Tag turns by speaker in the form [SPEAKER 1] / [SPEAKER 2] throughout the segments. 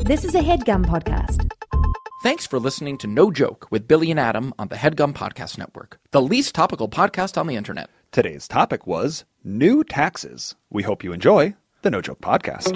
[SPEAKER 1] This is a headgum podcast.
[SPEAKER 2] Thanks for listening to No Joke with Billy and Adam on the Headgum Podcast Network, the least topical podcast on the internet.
[SPEAKER 3] Today's topic was new taxes. We hope you enjoy the No Joke Podcast.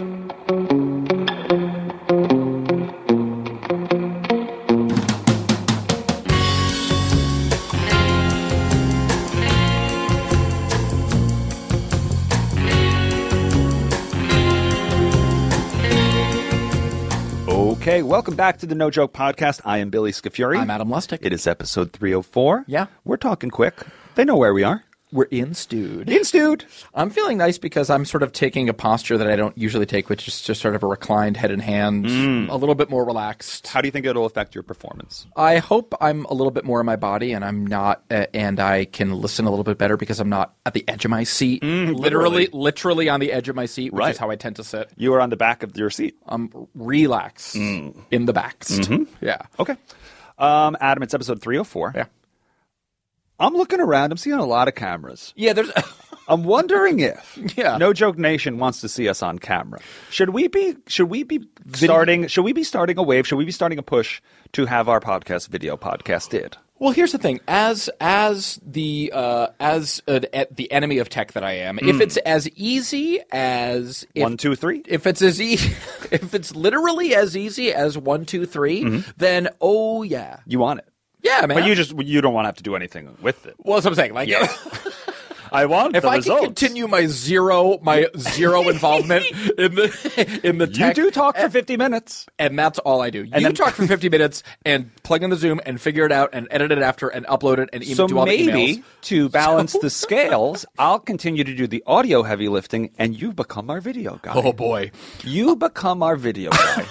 [SPEAKER 3] Okay, welcome back to the No Joke Podcast. I am Billy Scafuri.
[SPEAKER 2] I'm Adam Lustig.
[SPEAKER 3] It is episode 304.
[SPEAKER 2] Yeah.
[SPEAKER 3] We're talking quick. They know where we are.
[SPEAKER 2] We're in stewed.
[SPEAKER 3] In Stewed.
[SPEAKER 2] I'm feeling nice because I'm sort of taking a posture that I don't usually take, which is just sort of a reclined head and hand,
[SPEAKER 3] Mm.
[SPEAKER 2] a little bit more relaxed.
[SPEAKER 3] How do you think it'll affect your performance?
[SPEAKER 2] I hope I'm a little bit more in my body and I'm not, uh, and I can listen a little bit better because I'm not at the edge of my seat. literally, literally on the edge of my seat, which
[SPEAKER 3] Mm, Right.
[SPEAKER 2] is how I tend to sit.
[SPEAKER 3] You are on the back of your seat.
[SPEAKER 2] I'm relaxed
[SPEAKER 3] Mm.
[SPEAKER 2] in the back.
[SPEAKER 3] Mm-hmm.
[SPEAKER 2] Yeah.
[SPEAKER 3] Okay. Um, Adam, it's episode 304.
[SPEAKER 2] Yeah.
[SPEAKER 3] I'm looking around. I'm seeing a lot of cameras.
[SPEAKER 2] Yeah, there's.
[SPEAKER 3] I'm wondering if
[SPEAKER 2] Yeah.
[SPEAKER 3] No Joke Nation wants to see us on camera. Should we be should we be starting should we be starting a wave? Should we be starting a push to have our podcast video podcast did?
[SPEAKER 2] Well, here's the thing: as as the uh, as an, at the enemy of tech that I am, if it's as easy as if,
[SPEAKER 3] Hmm. One, two, three.
[SPEAKER 2] if it's as easy, if it's literally as easy as one, two, three, then oh yeah,
[SPEAKER 3] You want it.
[SPEAKER 2] yeah, man.
[SPEAKER 3] Mm-hmm. But you just you don't want to have to do anything with it.
[SPEAKER 2] well, that's what I'm saying. Like,
[SPEAKER 3] I want
[SPEAKER 2] if
[SPEAKER 3] the
[SPEAKER 2] I
[SPEAKER 3] results.
[SPEAKER 2] can continue my zero, my zero involvement in the in the
[SPEAKER 3] You
[SPEAKER 2] tech,
[SPEAKER 3] do talk for 50 minutes.
[SPEAKER 2] and that's all I do. You
[SPEAKER 3] then-
[SPEAKER 2] talk for 50 minutes and plug in the Zoom and figure it out and edit it after and upload it and even
[SPEAKER 3] So
[SPEAKER 2] do all the
[SPEAKER 3] maybe
[SPEAKER 2] emails.
[SPEAKER 3] to balance the scales, I'll continue to do the audio heavy lifting and you become our video guy.
[SPEAKER 2] Oh boy.
[SPEAKER 3] You become our video guy.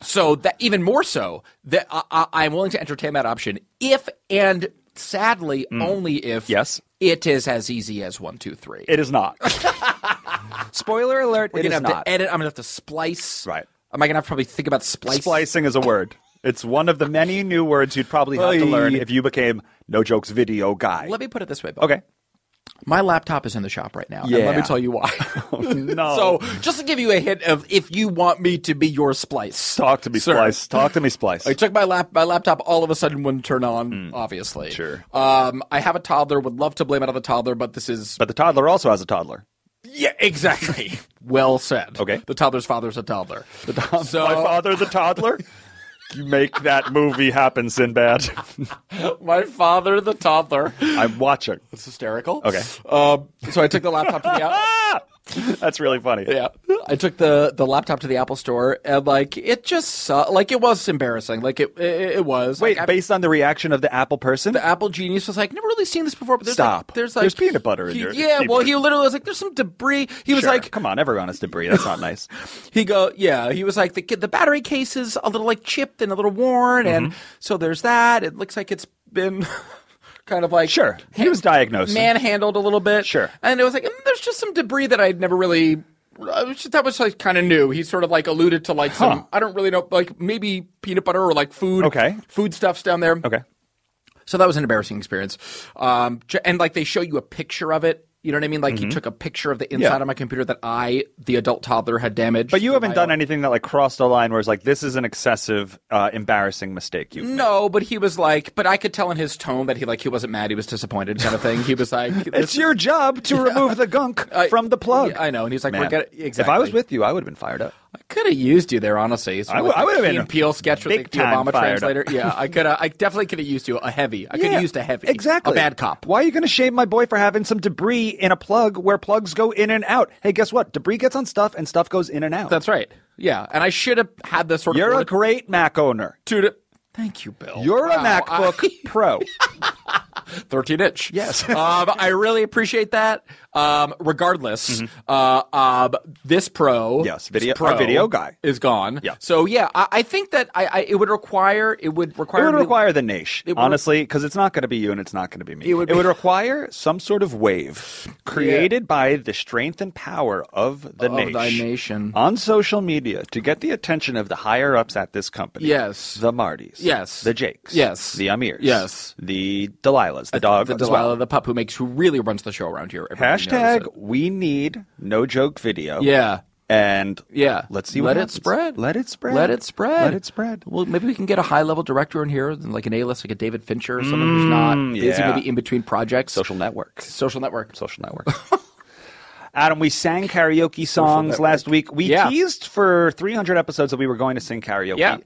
[SPEAKER 2] So that even more so that I, I, I'm willing to entertain that option if and sadly only if
[SPEAKER 3] Mm. Yes.
[SPEAKER 2] it is as easy as one two three.
[SPEAKER 3] it is not. Spoiler alert,
[SPEAKER 2] I'm
[SPEAKER 3] it
[SPEAKER 2] gonna
[SPEAKER 3] is
[SPEAKER 2] have
[SPEAKER 3] not.
[SPEAKER 2] to edit. I'm gonna have to splice.
[SPEAKER 3] Right.
[SPEAKER 2] Am I gonna have to probably think about splice?
[SPEAKER 3] Splicing is a word. It's one of the many new words you'd probably have to
[SPEAKER 2] Oy.
[SPEAKER 3] learn if you became No Jokes video guy.
[SPEAKER 2] Let me put it this way. Bob.
[SPEAKER 3] Okay.
[SPEAKER 2] My laptop is in the shop right now. And let
[SPEAKER 3] Yeah. Oh.
[SPEAKER 2] me tell you why.
[SPEAKER 3] no.
[SPEAKER 2] So just to give you a hint of if you want me to be your splice.
[SPEAKER 3] Talk to me,
[SPEAKER 2] sir.
[SPEAKER 3] Splice. Talk to me, Splice.
[SPEAKER 2] I took my lap my laptop all of a sudden wouldn't turn on, obviously.
[SPEAKER 3] Mm. Sure.
[SPEAKER 2] Um, I have a toddler, would love to blame it on the toddler, but this is
[SPEAKER 3] But the toddler also has a toddler.
[SPEAKER 2] Yeah, exactly. well said.
[SPEAKER 3] Okay.
[SPEAKER 2] The toddler's father's a toddler. The toddler. so
[SPEAKER 3] My father, the toddler. you make that movie happen, Sinbad.
[SPEAKER 2] my father, the toddler.
[SPEAKER 3] I'm watching.
[SPEAKER 2] It's hysterical.
[SPEAKER 3] Okay.
[SPEAKER 2] Um, so I took the laptop to the out.
[SPEAKER 3] Ah! That's really funny.
[SPEAKER 2] Yeah, I took the the laptop to the Apple store, and like it just su- like it was embarrassing. Like it it, it was.
[SPEAKER 3] Wait,
[SPEAKER 2] like, I-
[SPEAKER 3] based on the reaction of the Apple person,
[SPEAKER 2] the Apple Genius was like, never really seen this before. But there's
[SPEAKER 3] Stop.
[SPEAKER 2] Like, there's like
[SPEAKER 3] There's peanut butter in
[SPEAKER 2] he-
[SPEAKER 3] your
[SPEAKER 2] Yeah. Well,
[SPEAKER 3] keyboard.
[SPEAKER 2] he literally was like, there's some debris. He was
[SPEAKER 3] Sure.
[SPEAKER 2] like,
[SPEAKER 3] "Come on, everyone has debris. That's not nice."
[SPEAKER 2] He go, yeah. He was like, the the battery case is a little like chipped and a little worn,
[SPEAKER 3] Mm-hmm.
[SPEAKER 2] and so there's that. It looks like it's been kind of like
[SPEAKER 3] Sure. He was diagnosed.
[SPEAKER 2] manhandled a little bit,
[SPEAKER 3] Sure.
[SPEAKER 2] And it was like, "Mm, there's just some debris that I'd never really. I was just- That was like kind of new. He sort of like alluded to like some
[SPEAKER 3] Huh.
[SPEAKER 2] I don't really know like maybe peanut butter or like food
[SPEAKER 3] Okay.
[SPEAKER 2] food stuffs down there.
[SPEAKER 3] Okay.
[SPEAKER 2] So that was an embarrassing experience. Um, j- and like they show you a picture of it. You know what I mean? Like he took a picture of the inside
[SPEAKER 3] Mm-hmm. Yeah.
[SPEAKER 2] of my computer that I, the adult toddler, had damaged.
[SPEAKER 3] But you
[SPEAKER 2] through
[SPEAKER 3] haven't
[SPEAKER 2] my
[SPEAKER 3] done
[SPEAKER 2] own-
[SPEAKER 3] anything that like crossed a line where it's like this is an excessive, uh, embarrassing mistake. You
[SPEAKER 2] No, but he was like, but I could tell in his tone that he like he wasn't mad, he was disappointed, kind of thing. He was like,
[SPEAKER 3] It's your job to remove the gunk
[SPEAKER 2] I-
[SPEAKER 3] from the plug.
[SPEAKER 2] Yeah, I know, and he's like,
[SPEAKER 3] Man,
[SPEAKER 2] we're gonna,
[SPEAKER 3] If
[SPEAKER 2] exactly.
[SPEAKER 3] I was with you, I would have been fired up.
[SPEAKER 2] I could have used you there, honestly. So
[SPEAKER 3] I would- I would have been
[SPEAKER 2] Peel sketch with
[SPEAKER 3] big
[SPEAKER 2] like, the
[SPEAKER 3] time
[SPEAKER 2] Obama
[SPEAKER 3] fired up.
[SPEAKER 2] translator. Yeah, I could, I definitely could have used you a heavy. I could have used a heavy,
[SPEAKER 3] Exactly.
[SPEAKER 2] a bad cop.
[SPEAKER 3] Why are you going to shame my boy for having some debris in a plug where plugs go in and out? Hey, guess what? Debris gets on stuff and stuff goes in and out.
[SPEAKER 2] That's right. Yeah, and I should have had this sort
[SPEAKER 3] You're a
[SPEAKER 2] of
[SPEAKER 3] great Mac owner.
[SPEAKER 2] attitude. Thank you, Bill.
[SPEAKER 3] You're a
[SPEAKER 2] Wow,
[SPEAKER 3] MacBook
[SPEAKER 2] I-
[SPEAKER 3] Pro.
[SPEAKER 2] 13 inch.
[SPEAKER 3] Yes.
[SPEAKER 2] um, I really appreciate that. Um, regardless, uh, um, this pro,
[SPEAKER 3] Mm-hmm. Yes,
[SPEAKER 2] this
[SPEAKER 3] video-
[SPEAKER 2] pro
[SPEAKER 3] our video guy.
[SPEAKER 2] is gone.
[SPEAKER 3] Yeah.
[SPEAKER 2] So yeah, I, I think that I, I it would require it would
[SPEAKER 3] It
[SPEAKER 2] require
[SPEAKER 3] would
[SPEAKER 2] me-
[SPEAKER 3] require the niche,
[SPEAKER 2] It would-
[SPEAKER 3] honestly, because it's not going to be you and it's not going to be me.
[SPEAKER 2] It would be-
[SPEAKER 3] require some sort of wave created by the strength and power of the
[SPEAKER 2] Of
[SPEAKER 3] niche
[SPEAKER 2] thy nation.
[SPEAKER 3] on social media to get the attention of the higher ups at this company.
[SPEAKER 2] Yes.
[SPEAKER 3] the Martys.
[SPEAKER 2] Yes.
[SPEAKER 3] the Jakes.
[SPEAKER 2] Yes.
[SPEAKER 3] the Amirs.
[SPEAKER 2] Yes.
[SPEAKER 3] the Delilahs. The dog.
[SPEAKER 2] the
[SPEAKER 3] as
[SPEAKER 2] Delilah
[SPEAKER 3] well.
[SPEAKER 2] the pup who makes who really runs the show around here. Everybody knows
[SPEAKER 3] Hashtag
[SPEAKER 2] it.
[SPEAKER 3] we need no joke video.
[SPEAKER 2] Yeah.
[SPEAKER 3] and
[SPEAKER 2] Yeah.
[SPEAKER 3] let's see.
[SPEAKER 2] Let
[SPEAKER 3] what
[SPEAKER 2] it
[SPEAKER 3] happens.
[SPEAKER 2] spread.
[SPEAKER 3] Let it spread.
[SPEAKER 2] Let it spread.
[SPEAKER 3] Let it spread.
[SPEAKER 2] Well, maybe we can get a high level director in here, like an A list, like a David Fincher or someone who's not busy
[SPEAKER 3] Mm, yeah.
[SPEAKER 2] maybe in between projects.
[SPEAKER 3] Social network.
[SPEAKER 2] Social network.
[SPEAKER 3] Social network. Adam, we sang karaoke songs last week. We
[SPEAKER 2] Yeah.
[SPEAKER 3] teased for 300 episodes that we were going to sing karaoke.
[SPEAKER 2] Yeah.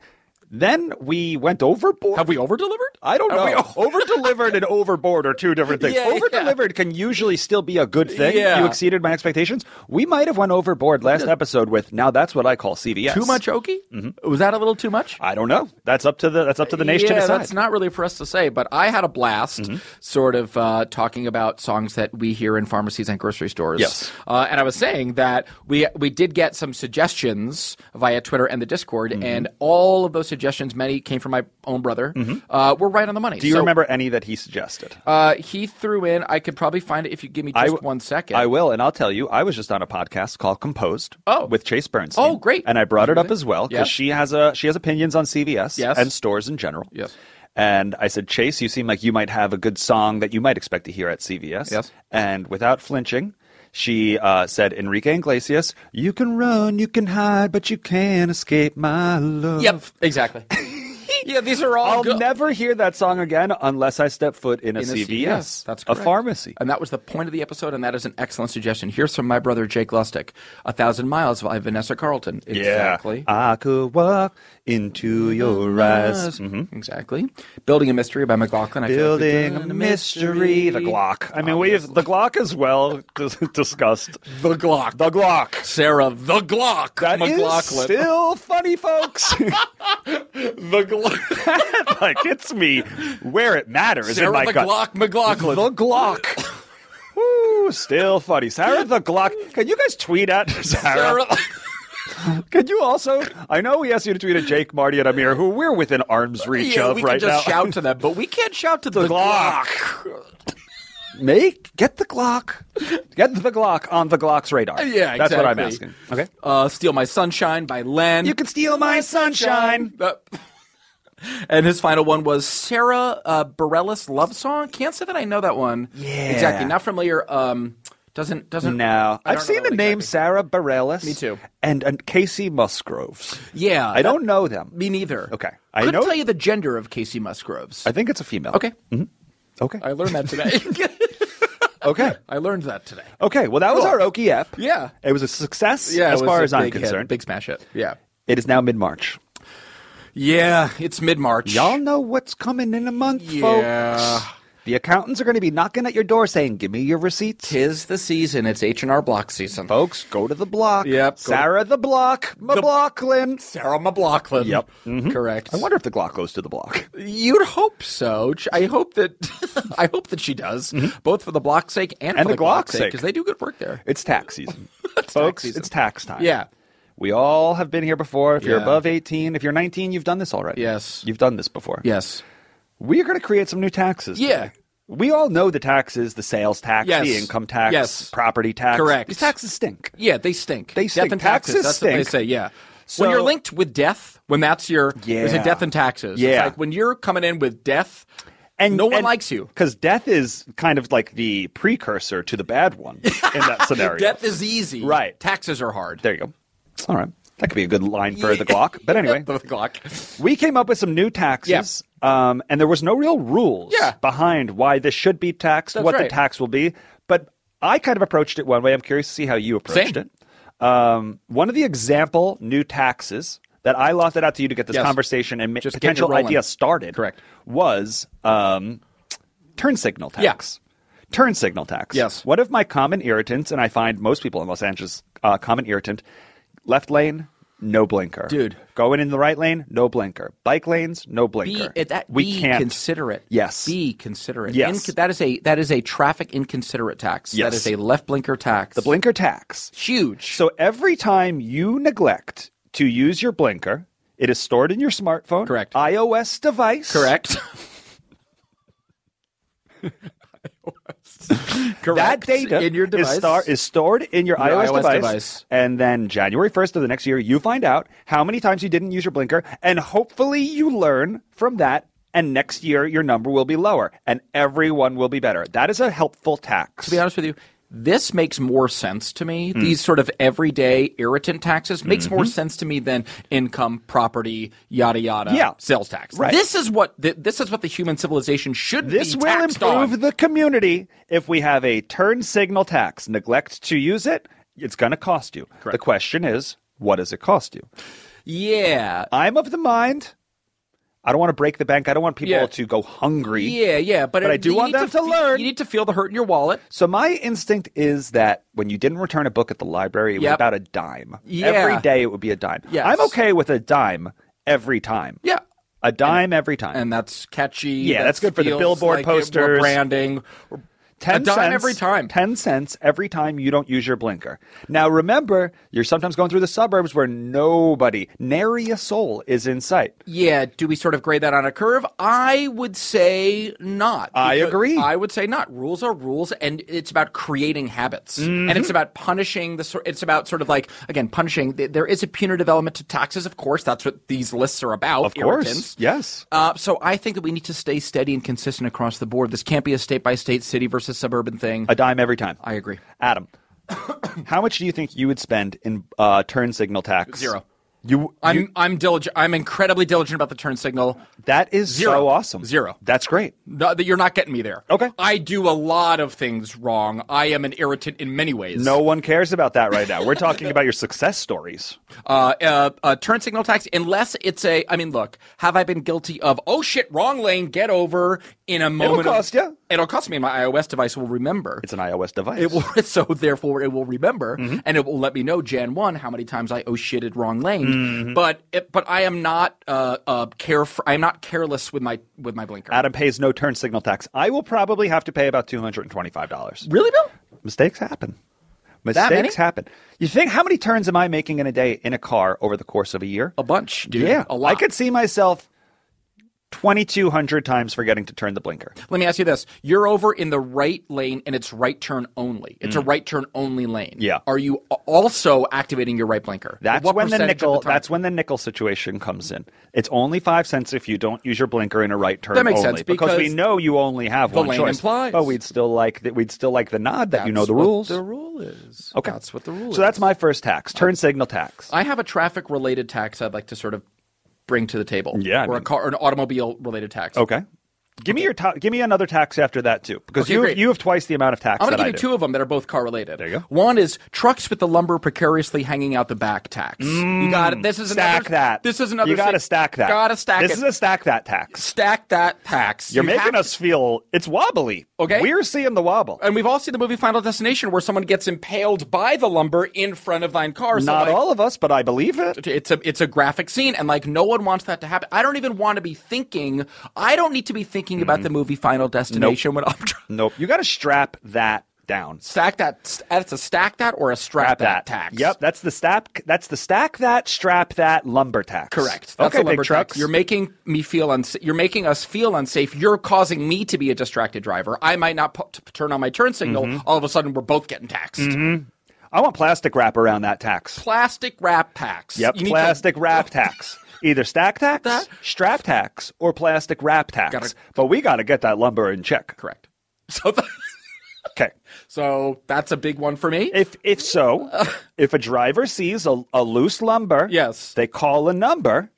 [SPEAKER 3] Then we went overboard.
[SPEAKER 2] Have we over delivered?
[SPEAKER 3] I don't
[SPEAKER 2] Have we Oh,
[SPEAKER 3] know. Over delivered and overboard are two different things.
[SPEAKER 2] Yeah, yeah.
[SPEAKER 3] over delivered can usually still be a good thing.
[SPEAKER 2] Yeah.
[SPEAKER 3] You exceeded my expectations. We might have went overboard last episode with now that's what I call CVS.
[SPEAKER 2] Too much Okie? Was that a little too much?
[SPEAKER 3] I don't know. That's up to the that's up to Mm-hmm. the nation Mm-hmm.
[SPEAKER 2] yeah,
[SPEAKER 3] to decide.
[SPEAKER 2] that's not really for us to say, but I had a blast sort of uh, talking about songs that we hear in pharmacies and grocery stores.
[SPEAKER 3] Yes.
[SPEAKER 2] Uh, and I was saying that we we did get some suggestions via Twitter and the Discord,
[SPEAKER 3] Mm-hmm.
[SPEAKER 2] and all of those suggestions, many came from my own brother, uh, were right on the money.
[SPEAKER 3] Mm-hmm. Do you remember any that he suggested?
[SPEAKER 2] Uh, he threw in, I could probably find it if you give me just
[SPEAKER 3] I w-
[SPEAKER 2] one second.
[SPEAKER 3] I will, and I'll tell you. I was just on a podcast called Composed.
[SPEAKER 2] Oh.
[SPEAKER 3] with Chase Bernstein.
[SPEAKER 2] Oh, great.
[SPEAKER 3] And I brought it up as well because
[SPEAKER 2] Yeah.
[SPEAKER 3] she has a she has opinions on CVS
[SPEAKER 2] Yes.
[SPEAKER 3] and stores in general.
[SPEAKER 2] Yes.
[SPEAKER 3] And I said, Chase, you seem like you might have a good song that you might expect to hear at CVS.
[SPEAKER 2] Yes.
[SPEAKER 3] And without flinching, she uh, said, Enrique Iglesias, you can run, you can hide, but you can't escape my love.
[SPEAKER 2] Yep, exactly. yeah, these are all
[SPEAKER 3] I'll
[SPEAKER 2] good.
[SPEAKER 3] never hear that song again unless I step foot in a,
[SPEAKER 2] in a
[SPEAKER 3] CVS,
[SPEAKER 2] CVS. That's correct.
[SPEAKER 3] a pharmacy.
[SPEAKER 2] And that was the point of the episode, and that is an excellent suggestion. Here's from my brother Jake Lustick, A Thousand Miles by Vanessa Carlton. Exactly.
[SPEAKER 3] I could walk into your eyes.
[SPEAKER 2] Exactly. Building a Mystery by McLaughlin. I feel like we've
[SPEAKER 3] Mm-hmm. Building a
[SPEAKER 2] done
[SPEAKER 3] mystery. The Glock. Oh, I mean, we have the Glock as well dis- discussed.
[SPEAKER 2] The Glock.
[SPEAKER 3] The Glock.
[SPEAKER 2] Sarah, the Glock.
[SPEAKER 3] That is
[SPEAKER 2] McLaughlin.
[SPEAKER 3] still funny, folks.
[SPEAKER 2] the Glock.
[SPEAKER 3] like it's me where it matters in
[SPEAKER 2] Sarah,
[SPEAKER 3] my
[SPEAKER 2] the
[SPEAKER 3] gut.
[SPEAKER 2] Glock McLaughlin.
[SPEAKER 3] The Glock. Woo, still funny. Sarah the Glock. Can you guys tweet at Sarah?
[SPEAKER 2] Sarah.
[SPEAKER 3] Can you also? I know we asked you to tweet at Jake, Marty, and Amir, who we're within arm's reach
[SPEAKER 2] yeah,
[SPEAKER 3] of
[SPEAKER 2] we
[SPEAKER 3] right
[SPEAKER 2] can just
[SPEAKER 3] now.
[SPEAKER 2] shout to them, but we can't shout to the,
[SPEAKER 3] Glock. Make get the Glock, get the Glock on the Glock's radar.
[SPEAKER 2] Yeah,
[SPEAKER 3] that's what I'm
[SPEAKER 2] exactly.
[SPEAKER 3] asking. Okay,
[SPEAKER 2] Uh, Steal My Sunshine by Len.
[SPEAKER 3] you can steal my sunshine.
[SPEAKER 2] Uh, and his final one was Sarah uh, Bareilles' love song. Can't say that I know that one.
[SPEAKER 3] Yeah.
[SPEAKER 2] exactly. Not familiar. Um, doesn't doesn't.
[SPEAKER 3] No,
[SPEAKER 2] I don't
[SPEAKER 3] I've
[SPEAKER 2] know
[SPEAKER 3] seen
[SPEAKER 2] that
[SPEAKER 3] the
[SPEAKER 2] one
[SPEAKER 3] name
[SPEAKER 2] exactly.
[SPEAKER 3] Sarah Bareilles.
[SPEAKER 2] Me too.
[SPEAKER 3] And and Casey Musgroves.
[SPEAKER 2] Yeah,
[SPEAKER 3] I don't
[SPEAKER 2] that-
[SPEAKER 3] know them.
[SPEAKER 2] Me neither.
[SPEAKER 3] Okay, I
[SPEAKER 2] couldn't
[SPEAKER 3] know-
[SPEAKER 2] tell you the gender of Casey Musgroves.
[SPEAKER 3] I Mm-hmm. think it's a female.
[SPEAKER 2] okay,
[SPEAKER 3] Okay.
[SPEAKER 2] I learned that today.
[SPEAKER 3] Okay.
[SPEAKER 2] I learned that today.
[SPEAKER 3] Okay. Well, that was
[SPEAKER 2] Cool.
[SPEAKER 3] our Okie app.
[SPEAKER 2] Yeah.
[SPEAKER 3] It was a success
[SPEAKER 2] Yeah, it
[SPEAKER 3] as
[SPEAKER 2] was
[SPEAKER 3] far
[SPEAKER 2] a
[SPEAKER 3] as I'm
[SPEAKER 2] big hit,
[SPEAKER 3] concerned.
[SPEAKER 2] big smash hit. Yeah,
[SPEAKER 3] It is now mid March.
[SPEAKER 2] yeah. It's mid March.
[SPEAKER 3] Y'all know what's coming in a month,
[SPEAKER 2] Yeah.
[SPEAKER 3] folks. The accountants are going to be knocking at your door saying, Give me your receipts.
[SPEAKER 2] Tis the season. It's H and R Block season.
[SPEAKER 3] Folks, go to the block.
[SPEAKER 2] Yep, go to-
[SPEAKER 3] Sarah the block. McLaughlin.
[SPEAKER 2] Sarah McLaughlin.
[SPEAKER 3] Yep. Mm-hmm.
[SPEAKER 2] Correct.
[SPEAKER 3] I wonder if the Glock goes to the block.
[SPEAKER 2] You'd hope so. Ch- I hope that I hope that she does, both for the block's sake and,
[SPEAKER 3] Mm-hmm. And
[SPEAKER 2] for
[SPEAKER 3] the Glock's sake.
[SPEAKER 2] because they do good work there.
[SPEAKER 3] It's tax season.
[SPEAKER 2] It's tax
[SPEAKER 3] Folks,
[SPEAKER 2] season.
[SPEAKER 3] it's tax time.
[SPEAKER 2] Yeah.
[SPEAKER 3] We all have been here before. If you're
[SPEAKER 2] Yeah.
[SPEAKER 3] above 18, if you're 19, you've done this already.
[SPEAKER 2] Yes.
[SPEAKER 3] You've done this before.
[SPEAKER 2] Yes.
[SPEAKER 3] We are going to create some new taxes.
[SPEAKER 2] Yeah.
[SPEAKER 3] today. We all know the taxes, the sales tax,
[SPEAKER 2] Yes.
[SPEAKER 3] the income tax,
[SPEAKER 2] Yes.
[SPEAKER 3] property tax.
[SPEAKER 2] Correct.
[SPEAKER 3] These taxes stink.
[SPEAKER 2] Yeah, they stink.
[SPEAKER 3] They stink.
[SPEAKER 2] Death and
[SPEAKER 3] Taxes
[SPEAKER 2] taxes. that's what they
[SPEAKER 3] stink.
[SPEAKER 2] say. Yeah.
[SPEAKER 3] So-
[SPEAKER 2] when you're linked with death, when that's your is
[SPEAKER 3] Yeah.
[SPEAKER 2] it death and taxes?
[SPEAKER 3] Yeah.
[SPEAKER 2] It's like when you're coming in with death, no one likes you.
[SPEAKER 3] Because death is kind of like the precursor to the bad one in that scenario.
[SPEAKER 2] Death is easy.
[SPEAKER 3] Right.
[SPEAKER 2] Taxes are hard.
[SPEAKER 3] There you go. All right. That could be a good line for the Glock. But anyway,
[SPEAKER 2] The Glock.
[SPEAKER 3] we came up with some new taxes. Um, and there was no real rules
[SPEAKER 2] Yeah.
[SPEAKER 3] behind why this should be taxed,
[SPEAKER 2] That's
[SPEAKER 3] what the
[SPEAKER 2] right.
[SPEAKER 3] tax will be. But I kind of approached it one way. I'm curious to see how you approached
[SPEAKER 2] Same.
[SPEAKER 3] it. Um, one of the example new taxes that I lofted out to you to get this
[SPEAKER 2] Yes.
[SPEAKER 3] conversation and ma-
[SPEAKER 2] Just getting it
[SPEAKER 3] potential
[SPEAKER 2] rolling.
[SPEAKER 3] idea started
[SPEAKER 2] Correct.
[SPEAKER 3] was um, turn signal
[SPEAKER 2] Yeah.
[SPEAKER 3] tax. Turn signal tax.
[SPEAKER 2] Yes.
[SPEAKER 3] One of my common irritants, and I find most people in Los Angeles uh, common irritant, left lane, no blinker.
[SPEAKER 2] Dude.
[SPEAKER 3] Going in the right lane, no blinker. Bike lanes, no
[SPEAKER 2] Be
[SPEAKER 3] blinker.
[SPEAKER 2] at that.
[SPEAKER 3] we
[SPEAKER 2] be
[SPEAKER 3] can't.
[SPEAKER 2] considerate.
[SPEAKER 3] Yes.
[SPEAKER 2] Be considerate.
[SPEAKER 3] Yes.
[SPEAKER 2] Inc- that is a that is a traffic inconsiderate tax.
[SPEAKER 3] Yes.
[SPEAKER 2] That is a left blinker tax.
[SPEAKER 3] the blinker tax.
[SPEAKER 2] huge.
[SPEAKER 3] So every time you neglect to use your blinker, it is stored in your smartphone,
[SPEAKER 2] Correct.
[SPEAKER 3] iOS device,
[SPEAKER 2] correct.
[SPEAKER 3] That
[SPEAKER 2] correct.
[SPEAKER 3] data
[SPEAKER 2] in your device
[SPEAKER 3] Is, star- is stored in your,
[SPEAKER 2] Your
[SPEAKER 3] iOS,
[SPEAKER 2] iOS
[SPEAKER 3] device,
[SPEAKER 2] device.
[SPEAKER 3] and then January first of the next year, you find out how many times you didn't use your blinker, and hopefully you learn from that. And next year, your number will be lower, and everyone will be better. That is a helpful tax.
[SPEAKER 2] to be honest with you, this makes more sense to me.
[SPEAKER 3] Hmm.
[SPEAKER 2] These sort of everyday irritant taxes makes
[SPEAKER 3] Mm-hmm.
[SPEAKER 2] more sense to me than income, property, yada yada,
[SPEAKER 3] Yeah.
[SPEAKER 2] sales tax.
[SPEAKER 3] Right.
[SPEAKER 2] This is what the, this is what the human civilization should
[SPEAKER 3] This
[SPEAKER 2] be
[SPEAKER 3] will
[SPEAKER 2] taxed on.
[SPEAKER 3] improve the community if we have a turn signal tax. Neglect to use it, it's going to cost you. The question is, what does it cost you?
[SPEAKER 2] yeah.
[SPEAKER 3] I'm of the mind. I don't want to break the bank. I don't want people
[SPEAKER 2] Yeah.
[SPEAKER 3] to go hungry.
[SPEAKER 2] Yeah, yeah, but,
[SPEAKER 3] But
[SPEAKER 2] it-
[SPEAKER 3] I do
[SPEAKER 2] you
[SPEAKER 3] want
[SPEAKER 2] need
[SPEAKER 3] them to
[SPEAKER 2] fe-
[SPEAKER 3] learn.
[SPEAKER 2] You need to feel the hurt in your wallet.
[SPEAKER 3] So my instinct is that when you didn't return a book at the library, it was
[SPEAKER 2] Yep.
[SPEAKER 3] about a dime.
[SPEAKER 2] Yeah.
[SPEAKER 3] Every day it would be a dime.
[SPEAKER 2] Yes.
[SPEAKER 3] I'm okay with a dime every time.
[SPEAKER 2] Yeah.
[SPEAKER 3] A dime every time.
[SPEAKER 2] And that's catchy.
[SPEAKER 3] Yeah,
[SPEAKER 2] that
[SPEAKER 3] that's good for the
[SPEAKER 2] feels
[SPEAKER 3] billboard
[SPEAKER 2] like it- we're
[SPEAKER 3] posters.
[SPEAKER 2] branding.
[SPEAKER 3] Ten
[SPEAKER 2] A dime
[SPEAKER 3] cents
[SPEAKER 2] every time.
[SPEAKER 3] Ten cents every time you don't use your blinker. Now remember, you're sometimes going through the suburbs where nobody, nary a soul, is in sight.
[SPEAKER 2] Yeah, do we sort of grade that on a curve? I would say not.
[SPEAKER 3] I
[SPEAKER 2] Because-
[SPEAKER 3] agree.
[SPEAKER 2] I would say not. Rules are rules, and it's about creating habits,
[SPEAKER 3] Mm-hmm.
[SPEAKER 2] and it's about punishing the. sor- It's about sort of like again punishing. th- There is a punitive element to taxes, of course. That's what these lists are about.
[SPEAKER 3] Of course,
[SPEAKER 2] irritants.
[SPEAKER 3] yes.
[SPEAKER 2] Uh, so I think that we need to stay steady and consistent across the board. This can't be a state by state, city versus suburban thing.
[SPEAKER 3] A dime every time.
[SPEAKER 2] I agree.
[SPEAKER 3] Adam, how much do you think you would spend in uh, turn signal tax?
[SPEAKER 2] Zero.
[SPEAKER 3] You,
[SPEAKER 2] I'm
[SPEAKER 3] you
[SPEAKER 2] I'm diligent. I'm incredibly diligent about the turn signal.
[SPEAKER 3] that is so
[SPEAKER 2] Zero.
[SPEAKER 3] awesome.
[SPEAKER 2] Zero.
[SPEAKER 3] That's great.
[SPEAKER 2] No, that you're not getting me there.
[SPEAKER 3] Okay.
[SPEAKER 2] I do a lot of things wrong. I am an irritant in many ways.
[SPEAKER 3] No one cares about that right now. We're talking about your success stories.
[SPEAKER 2] Uh, uh, uh, turn signal tax, unless it's a. I mean, look, have I been guilty of, oh shit, wrong lane, get over in a moment? of-
[SPEAKER 3] cost ya.
[SPEAKER 2] It'll cost me. My iOS device will remember.
[SPEAKER 3] It's Mm-hmm. an iOS device.
[SPEAKER 2] It will, so therefore it will remember and it will let me know Jan one how many times I oh shitted wrong lane.
[SPEAKER 3] Mm-hmm.
[SPEAKER 2] But it, but I am not uh, uh caref- I am not careless with my with my blinker.
[SPEAKER 3] Adam pays no turn signal tax. I will probably have to pay about two hundred and twenty-five dollars.
[SPEAKER 2] really, Bill?
[SPEAKER 3] Mistakes happen.
[SPEAKER 2] That many?
[SPEAKER 3] Mistakes happen. You think how many turns am I making in a day in a car over the course of a year?
[SPEAKER 2] A bunch, dude.
[SPEAKER 3] yeah,
[SPEAKER 2] a lot.
[SPEAKER 3] I could see myself twenty-two hundred times forgetting to turn the blinker.
[SPEAKER 2] Let me ask you this: You're over in the right lane, and it's right turn only. It's a right turn only lane.
[SPEAKER 3] Mm. Yeah.
[SPEAKER 2] Are you a- also activating your right blinker?
[SPEAKER 3] That's
[SPEAKER 2] What
[SPEAKER 3] when the
[SPEAKER 2] percentage of
[SPEAKER 3] nickel.
[SPEAKER 2] time?
[SPEAKER 3] that's when the nickel situation comes in. It's only five cents if you don't use your blinker in a right turn.
[SPEAKER 2] That makes sense,
[SPEAKER 3] only, we
[SPEAKER 2] because
[SPEAKER 3] know you only have
[SPEAKER 2] the
[SPEAKER 3] one
[SPEAKER 2] lane
[SPEAKER 3] choice.
[SPEAKER 2] implies.
[SPEAKER 3] But we'd still like that. We'd still like the nod that you know
[SPEAKER 2] That's
[SPEAKER 3] the
[SPEAKER 2] what
[SPEAKER 3] rules.
[SPEAKER 2] The rule is
[SPEAKER 3] okay,
[SPEAKER 2] That's what the rule is. Uh,
[SPEAKER 3] So that's my first tax. Turn signal tax.
[SPEAKER 2] I have a traffic related tax I'd like to sort of bring to the table.
[SPEAKER 3] Yeah, I
[SPEAKER 2] Or a
[SPEAKER 3] mean-
[SPEAKER 2] car, or an automobile related tax.
[SPEAKER 3] okay. Give me your ta- give me another tax after that too, because
[SPEAKER 2] Okay,
[SPEAKER 3] you have,
[SPEAKER 2] great.
[SPEAKER 3] you have twice the amount of tax.
[SPEAKER 2] I'm going
[SPEAKER 3] that
[SPEAKER 2] to
[SPEAKER 3] I
[SPEAKER 2] give you
[SPEAKER 3] do.
[SPEAKER 2] two of them that are both car related. There
[SPEAKER 3] you go.
[SPEAKER 2] One is trucks with the lumber precariously hanging out the back tax. you got it. This is
[SPEAKER 3] Mm, Stack
[SPEAKER 2] another,
[SPEAKER 3] that.
[SPEAKER 2] This is another.
[SPEAKER 3] You got to
[SPEAKER 2] thing-
[SPEAKER 3] stack that.
[SPEAKER 2] Gotta stack
[SPEAKER 3] This
[SPEAKER 2] it.
[SPEAKER 3] is a stack that tax.
[SPEAKER 2] stack that tax.
[SPEAKER 3] You're
[SPEAKER 2] You have
[SPEAKER 3] making us feel it's wobbly.
[SPEAKER 2] Okay. Uh,
[SPEAKER 3] we're seeing the wobble.
[SPEAKER 2] and we've all seen the movie Final Destination where someone gets impaled by the lumber in front of thine car. So
[SPEAKER 3] Not
[SPEAKER 2] like,
[SPEAKER 3] all of us, but I believe it.
[SPEAKER 2] It's a it's a graphic scene, and like no one wants that to happen. I don't even want to be thinking. I don't need to be thinking about the movie Final Destination when I'm trying.
[SPEAKER 3] Mm-hmm. Nope. You got to strap that down.
[SPEAKER 2] Stack that. That's a stack that or a strap that, tax.
[SPEAKER 3] Yep. That's the stack. That's the stack that strap that lumber tax.
[SPEAKER 2] Correct. That's
[SPEAKER 3] okay.
[SPEAKER 2] a lumber
[SPEAKER 3] big trucks.
[SPEAKER 2] tax. You're making me feel unsafe. You're making us feel unsafe. You're causing me to be a distracted driver. I might not pu- t- turn on my turn signal.
[SPEAKER 3] Mm-hmm.
[SPEAKER 2] All of a sudden, we're both getting taxed.
[SPEAKER 3] I want plastic wrap around that tax.
[SPEAKER 2] Plastic wrap tax.
[SPEAKER 3] Yep.
[SPEAKER 2] You need to-
[SPEAKER 3] plastic wrap tax. Either stack tax,
[SPEAKER 2] That-
[SPEAKER 3] strap tax, or plastic wrap tax.
[SPEAKER 2] Gotta-
[SPEAKER 3] but we got to get that lumber in check.
[SPEAKER 2] Correct. So, th-
[SPEAKER 3] Okay.
[SPEAKER 2] so that's a big one for me.
[SPEAKER 3] If if so, if a driver sees a, a loose lumber,
[SPEAKER 2] Yes.
[SPEAKER 3] they call a number,